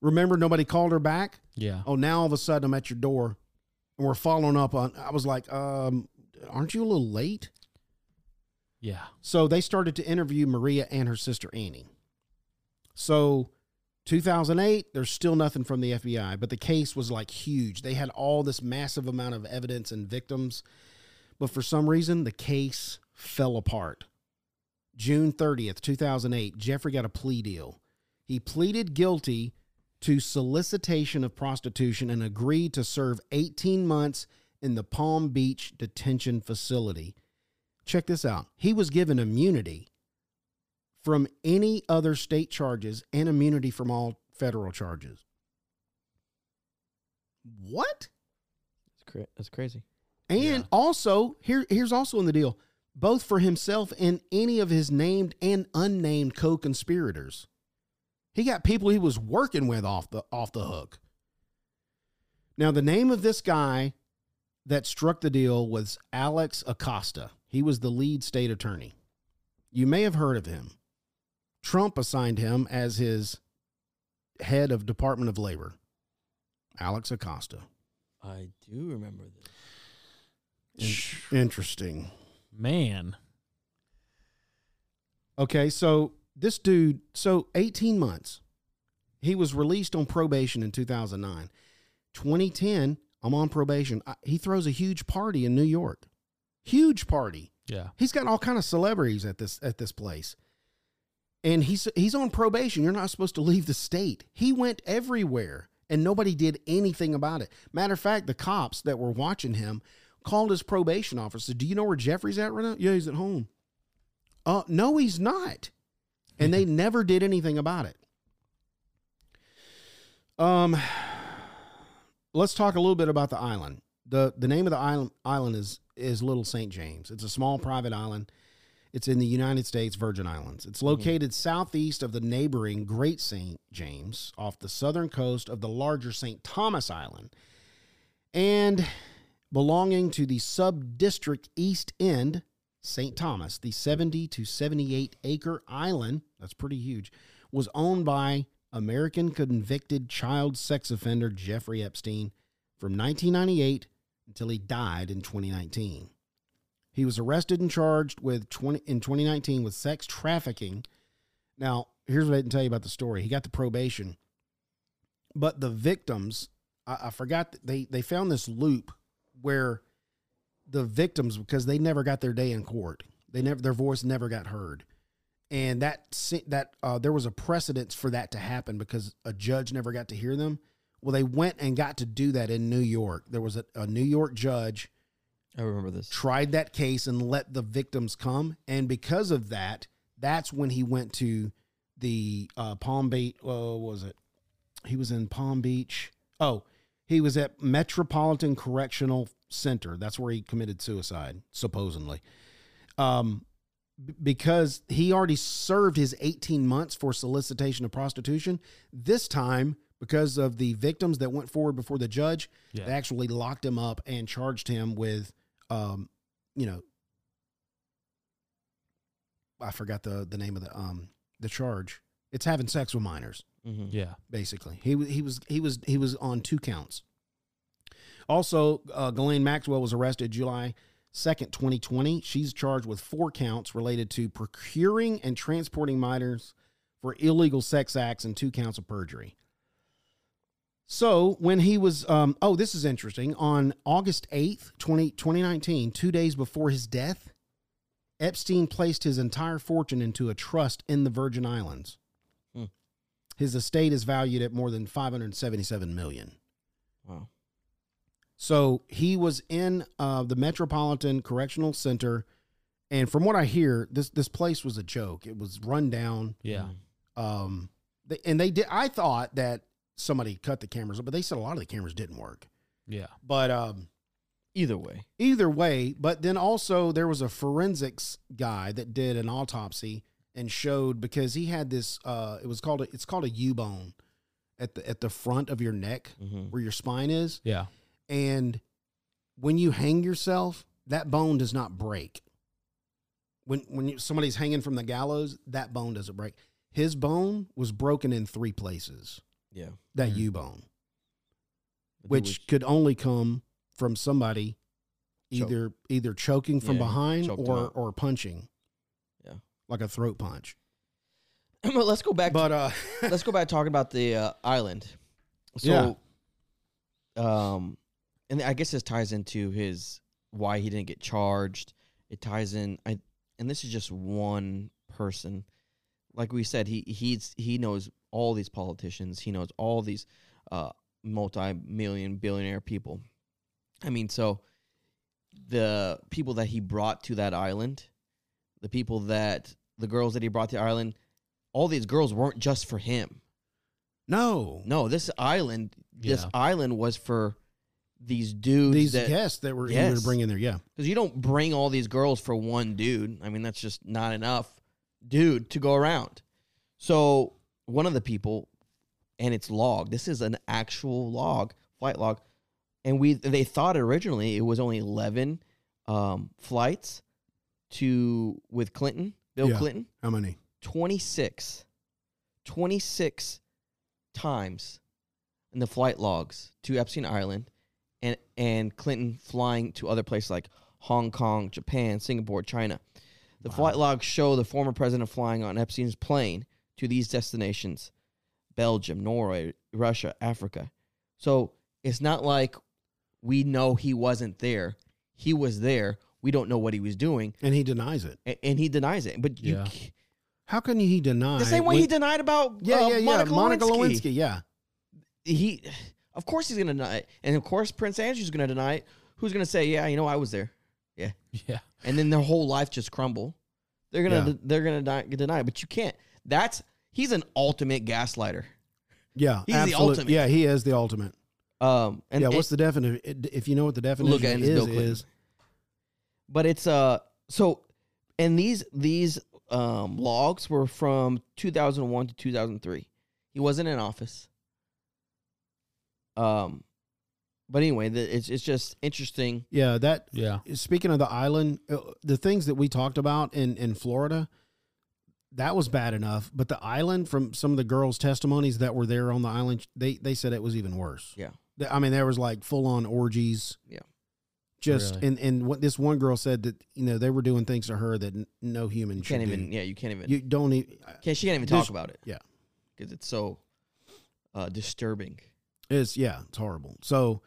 Remember, nobody called her back. Yeah. Oh, now all of a sudden I'm at your door, and we're following up on. I was like, um, "Aren't you a little late?" Yeah. So they started to interview Maria and her sister Annie. So 2008, there's still nothing from the FBI, but the case was like huge. They had all this massive amount of evidence and victims, but for some reason, the case fell apart. June 30th, 2008, Jeffrey got a plea deal. He pleaded guilty to solicitation of prostitution and agreed to serve 18 months in the Palm Beach detention facility. Check this out. He was given immunity from any other state charges and immunity from all federal charges. What? That's, cra- that's crazy. And Yeah. also, here here's also in the deal, both for himself and any of his named and unnamed co-conspirators. He got people he was working with off the off the hook. Now, the name of this guy that struck the deal was Alex Acosta. He was the lead state attorney. You may have heard of him. Trump assigned him as his head of Department of Labor. Alex Acosta. I do remember this. Interesting. Man. Okay, so this dude, so 18 months. He was released on probation in 2009. 2010, I'm on probation. I, he throws a huge party in New York. Huge party. Yeah. He's got all kind of celebrities at this at this place. And he's he's on probation. You're not supposed to leave the state. He went everywhere and nobody did anything about it. Matter of fact, the cops that were watching him called his probation officer. Do you know where Jeffrey's at right now? Yeah, he's at home. Uh no, he's not. And they never did anything about it. Um let's talk a little bit about the island. the The name of the island island is is Little Saint James. It's a small private island. It's in the United States Virgin Islands. It's located southeast of the neighboring Great Saint James, off the southern coast of the larger Saint Thomas Island, and belonging to the sub district East End. St. Thomas, the 70 to 78 acre island, that's pretty huge, was owned by American convicted child sex offender Jeffrey Epstein from 1998 until he died in 2019. He was arrested and charged with 20, in 2019 with sex trafficking. Now, here's what I can tell you about the story. He got the probation, but the victims, I, I forgot, that they, they found this loop where the victims, because they never got their day in court, they never their voice never got heard. And that se- that uh, there was a precedence for that to happen because a judge never got to hear them. Well, they went and got to do that in New York. There was a, a New York judge I remember this. tried that case and let the victims come. And because of that, that's when he went to the uh, Palm Beach. Oh, what was it? He was in Palm Beach. Oh, he was at Metropolitan Correctional Center. That's where he committed suicide, supposedly. Um, b- because he already served his 18 months for solicitation of prostitution. This time, because of the victims that went forward before the judge, Yeah. they actually locked him up and charged him with um you know i forgot the the name of the um the charge it's having sex with minors Mm-hmm. Yeah. basically he wa- he was he was he was on two counts also uh, Ghislaine maxwell was arrested july 2nd 2020 she's charged with four counts related to procuring and transporting minors for illegal sex acts and two counts of perjury so when he was, um, oh, this is interesting. On August 8th, 20, 2019, two days before his death, Epstein placed his entire fortune into a trust in the Virgin Islands. Hmm. His estate is valued at more than 577 million. Wow. So he was in uh, the Metropolitan Correctional Center, and from what I hear, this this place was a joke. It was run down. Yeah. Mm-hmm. Um, they, and they did. I thought that somebody cut the cameras, but they said a lot of the cameras didn't work. Yeah. But um, Either way. either way, but then also there was a forensics guy that did an autopsy and showed because he had this. Uh, it was called a, it's called a U bone at the at the front of your neck Mm-hmm. where your spine is, Yeah. and when you hang yourself, that bone does not break. When when you, somebody's hanging from the gallows, that bone doesn't break. His bone was broken in three places. Yeah. That Mhm. U bone, But which there was- could only come from somebody Choke. either either choking from Yeah, behind choked him or out. or punching. Yeah. Like a throat punch. Well, let's go back. But uh to, let's go back talking about the uh, island. So, um, and I guess this ties into his why he didn't get charged. It ties in. I and this is just one person. like we said, he he's he knows all these politicians. He knows all these uh, multi-million billionaire people. I mean, so the people that he brought to that island, the people that the girls that he brought to the island, all these girls weren't just for him. No. No, this island, this Yeah. island was for these dudes These that guests that were going Yes. to bring in there. Yeah. because you don't bring all these girls for one dude. I mean, that's just not enough dude to go around. So one of the people, and it's log. This is an actual log, flight log, and we they thought originally it was only eleven um, flights to with Clinton, Bill Yeah. Clinton, How many? 26, 26 times in the flight logs to Epstein Island and, and Clinton flying to other places like Hong Kong, Japan, Singapore, China. The flight logs show the former president flying on Epstein's plane to these destinations Belgium, Norway, Russia, Africa. So it's not like we know he wasn't there. He was there. We don't know what he was doing. And he denies it. a- And he denies it. But you, Yeah. c- How can he deny? the same way when- he denied about Yeah, uh, yeah, yeah. Monica, Lewinsky. Lewinsky. Yeah. He, of course, he's gonna deny it, and of course, Prince Andrew's gonna deny it. Who's gonna say, "Yeah, you know, I was there," Yeah. and then their whole life just crumble. They're Yeah. gonna, they're gonna deny, deny it, but you can't. That's he's an ultimate gaslighter. Yeah. He's the absolute- ultimate. Yeah, he is the ultimate. Um, and yeah, and- what's the definition? If you know what the definition Look at it, it's Bill is, Clinton. is but it's uh so and these these um logs were from 2001 to 2003 he wasn't in office um but anyway the, it's it's just interesting yeah, that Yeah. speaking of the island, uh, the things that we talked about in in Florida, that was bad enough. But the island, from some of the girls' testimonies that were there on the island, they they said it was even worse. Yeah. Th- I mean, there was like full on orgies. Yeah. just Really? and and what this one girl said that you know they were doing things to her that n- no human you should can't even do. yeah you can't even You don't e, even. can't she can't even this- talk about it yeah. because it's so uh disturbing It's yeah, it's horrible. So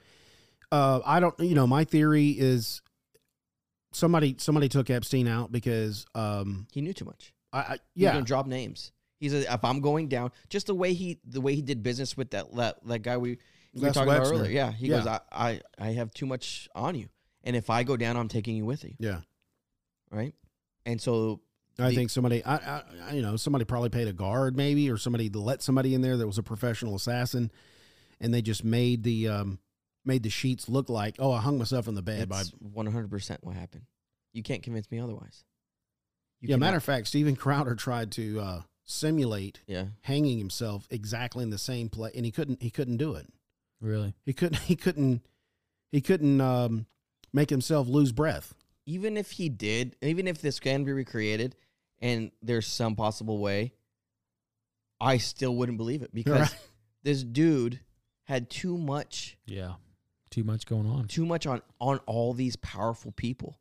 uh I don't you know, my theory is somebody somebody took Epstein out because um he knew too much I, I He was yeah, gonna drop names he's a, if i'm going down just the way he the way he did business with that that, that guy we we were Les talking about Wexner. earlier. Yeah, he Yeah. goes, I, I, I have too much on you, and if I go down, I'm taking you with you, yeah. right? And so, I The- think somebody I, I I- you know, somebody probably paid a guard maybe or somebody let somebody in there that was a professional assassin and they just made the um made the sheets look like, "Oh, I hung myself in the bed by that's 100 percent what happened. You can't convince me otherwise. You Yeah, cannot- matter of fact, Steven Crowder tried to uh simulate yeah, hanging himself exactly in the same place and he couldn't he couldn't do it. Really. He couldn't. He couldn't. He couldn't um, make himself lose breath. even if he did, even if this can be recreated, and there's some possible way, I still wouldn't believe it because Right. this dude had too much, Yeah. Too much going on. too much on on all these powerful people,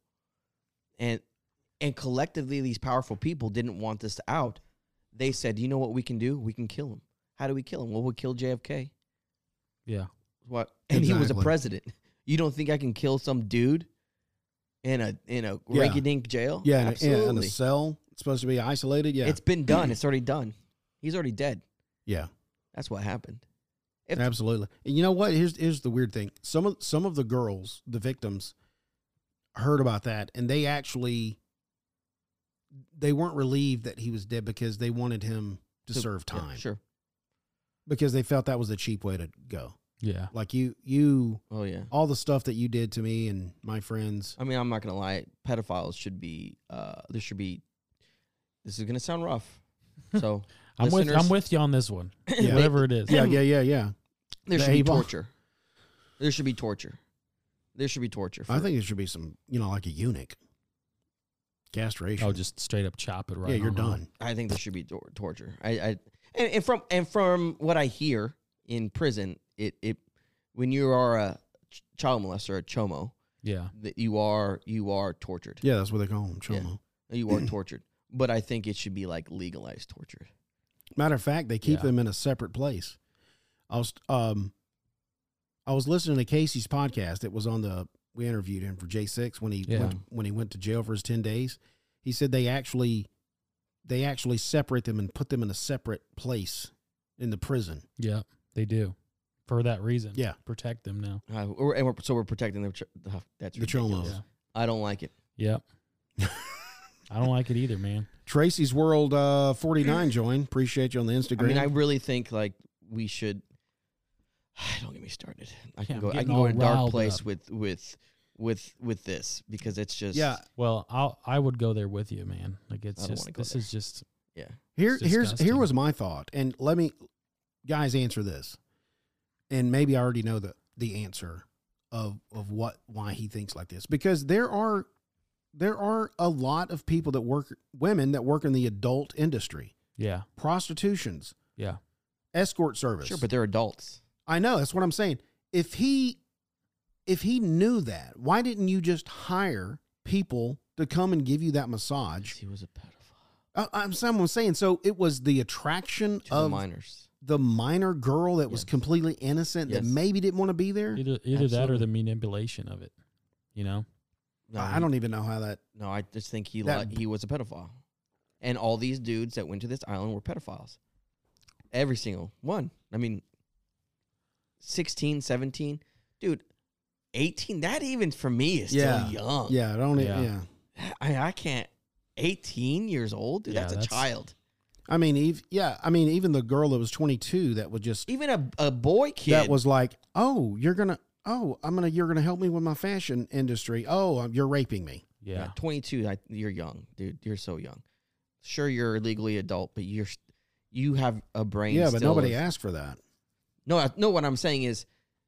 and and collectively these powerful people didn't want this out. They said, "You know what we can do? We can kill him. How do we kill him? Well, we'll kill JFK. Yeah. What? And he was a Exactly. president. You don't think I can kill some dude in a in a Yeah. rinky-dink jail? Yeah, in a- in a- absolutely. in a cell, it's supposed to be isolated. Yeah, It's been done. It's already done. He's already dead. yeah, That's what happened. If- absolutely. And you know what? Here's here's the weird thing. Some of some of the girls, the victims, heard about that, and they actually they weren't relieved that he was dead because they wanted him to So- serve yeah, time sure. because they felt that was a cheap way to go. Yeah. Like you, you, Oh yeah. all the stuff that you did to me and my friends. I mean, I'm not gonna lie. Pedophiles should be. Uh, there should be. This is gonna sound rough. So I'm with Listeners- I'm with you on this one. Yeah. Whatever it is. Yeah, yeah, yeah, yeah. there The should be A-bomb. torture. There should be torture. There should be torture. I for- think it should be some, you know, like a eunuch. Castration. Oh, just straight up chop it right. yeah, you're on up. done. I think there should be tor- torture. I, I and, and from and from what I hear in prison, it it when you are a ch- child molester, a chomo, Yeah. that you are you are tortured. Yeah, that's what they call them, chomo. You are tortured. But I think it should be like legalized torture. Matter of fact, they keep Yeah. them in a separate place. I was, um, I was listening to Casey's podcast. It was on the we interviewed him for J six when he Yeah. went, when he went to jail for his ten days. He said they actually they actually separate them and put them in a separate place in the prison. Yeah, they do. For that reason. Yeah. Protect them now. Uh, we're- and we're, so we're protecting the. Tr- uh, that's The Cholos. ridiculous. I don't like it. Yep. I don't like it either, man. Tracy's World uh, 49 join. Appreciate you on the Instagram. I mean, I really think like we should. Don't get me started. I can I'm go. I getting can go all in a dark riled place up. with with with with this because it's just yeah, Well, I'll I would go there with you, man. Like I it's don't wanna just go this there. is just yeah. Here, It's here's here disgusting. was my thought, and let me guys answer this, and maybe I already know the the answer of of what why he thinks like this because there are there are a lot of people that work women that work in the adult industry, yeah, prostitutions, yeah. escort service. Sure, but they're adults. I know that's what I'm saying. If he if he knew that, why didn't you just hire people to come and give you that massage? He was a pedophile I, I'm, I'm saying so. It was the attraction to the of minors. the minor girl that was Yes. completely innocent that Yes. maybe didn't want to be there. Either either that or Absolutely. the manipulation of it. You know? No, I I he- don't even know how that. No, I just think he That- li- he was a pedophile, and all these dudes that went to this island were pedophiles. Every single one. I mean, 16, 17. dude, eighteen. That even for me is Yeah. still young. Yeah, I don't. e- Yeah. Yeah. I, I can't. Eighteen years old, dude. Yeah, that's a that's- child. I mean, Eve. Yeah, I mean, even the girl that was 22 that was just Even a, a boy kid. that was like, oh, you're gonna, oh, I'm gonna, you're gonna help me with my fashion industry. Oh, um, you're raping me. Yeah. Yeah, 22. I, you're young, dude. You're so young. Sure, you're legally adult, but you're st- you have a brain. yeah, but still nobody of- asked for that. No, I- no. What I'm saying is,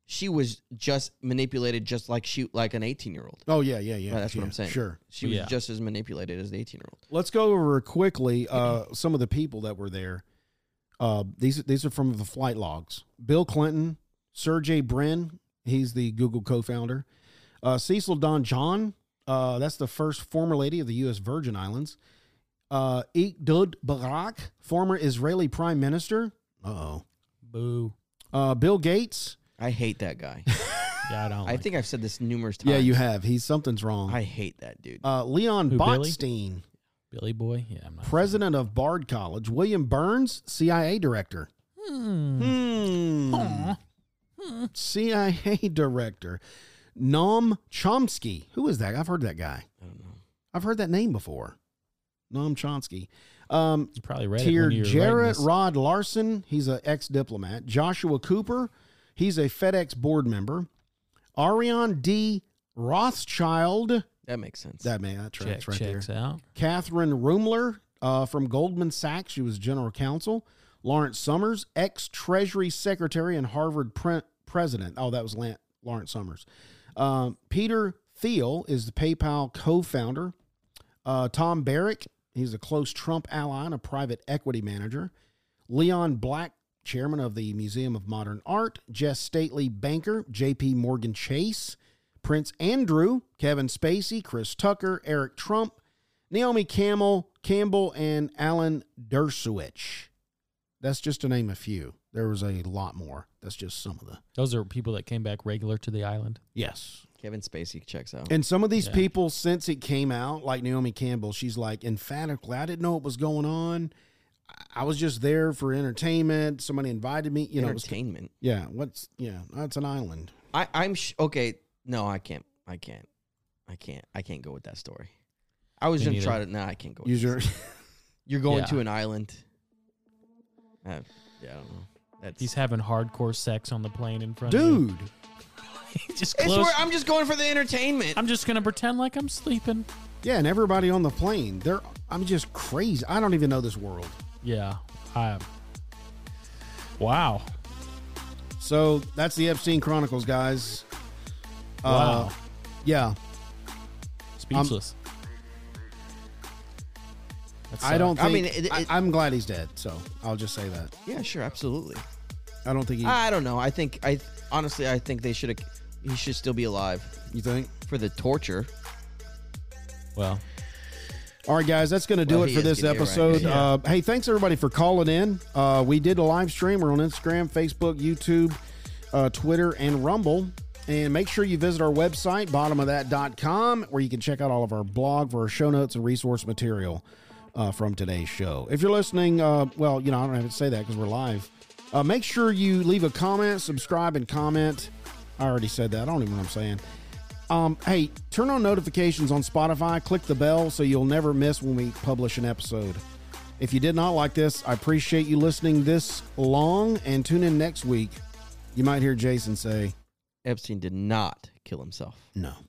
she was just manipulated, just like she like an 18 year old. Oh yeah, yeah, yeah. That's what yeah, I'm saying. Sure. She was Yeah. just as manipulated as the 18 year old. Let's go over quickly uh, some of the people that were there. Uh, these these are from the flight logs. Bill Clinton, Sergey Brin, he's the Google co-founder. Uh, Cecil Don John, uh, that's the first former lady of the U.S. Virgin Islands. Uh, Iqdud Barak, former Israeli prime minister. Uh-oh. Boo. Uh, Bill Gates. I hate that guy. Oh Yeah, I don't. I like think I've said this numerous times. Yeah, you have. He's something's wrong. I hate that dude. uh, Leon Who, Billy? Botstein. Billy Boy. Yeah, I'm not. a fan. president of Bard College, William Burns, CIA director. Hmm. CIA director. Noam Chomsky. Who is that? I've heard that guy. I don't know. I've heard that name before. Noam Chomsky. Um, You probably read it Tier when you were writing Jarrett this. Rod Larson. He's an ex diplomat. Joshua Cooper. He's a FedEx board member. Arion D. Rothschild. That makes sense. That man, that tracks Check, right there. checks out. Catherine Rumler uh, from Goldman Sachs. She was general counsel. Lawrence Summers, ex Treasury Secretary and Harvard pre- president. Oh, that was Lan- Lawrence Summers. Um, Peter Thiel is the PayPal co founder. Uh, Tom Barrick, he's a close Trump ally and a private equity manager. Leon Black, chairman of the Museum of Modern Art. Jess Stately, banker. JP Morgan Chase. Prince Andrew, Kevin Spacey, Chris Tucker, Eric Trump, Naomi Campbell, Campbell, and Alan Dershowitz. That's just to name a few. There was a lot more. That's just some of the Those are people that came back regular to the island. yes. Kevin Spacey checks out. And some of these Yeah. people, since it came out, like Naomi Campbell, she's like emphatically, "I didn't know what was going on. I- I was just there for entertainment. Somebody invited me. You know, it was- Entertainment. yeah. What's yeah? That's an island. I, I'm sh- okay. No, I can't. I can't. I can't. I can't go with that story. I was Me gonna neither. try to. No, I can't go. With Use your this. You're going Yeah. to an island. Uh, yeah, I don't know. That's He's having hardcore sex on the plane in front of you. dude. Dude, just It's close. where I'm just going for the entertainment. I'm just gonna pretend like I'm sleeping. Yeah, and everybody on the plane. They're I'm just crazy. I don't even know this world. Yeah. I. Wow. So that's the Epstein Chronicles, guys. Wow. Uh, yeah, Speechless. That Um, I don't. I Think, I mean, mean, it- it- I, am glad he's dead. So I'll just say that. yeah, sure, absolutely. I don't think he. I don't know. I think I honestly I think they should have. He should still be alive you think? for the torture. sucks. Well, All right, guys, that's going to do Well, it he for is this getting it right. episode. Yeah. Uh, hey, thanks everybody for calling in. Uh, we did a live stream. We're on Instagram, Facebook, YouTube, uh, Twitter, and Rumble. And make sure you visit our website, bottomofthat.com, where you can check out all of our blog for our show notes and resource material. uh, from today's show. If you're listening, uh, well, you know, I don't have to say that because we're live. Uh, make sure you leave a comment, subscribe, and comment. I already said that. I don't even know what I'm saying. Um, hey, turn on notifications on Spotify. Click the bell so you'll never miss when we publish an episode. If you did not like this, I appreciate you listening this long and tune in next week. You might hear Jason say, Epstein did not kill himself. no.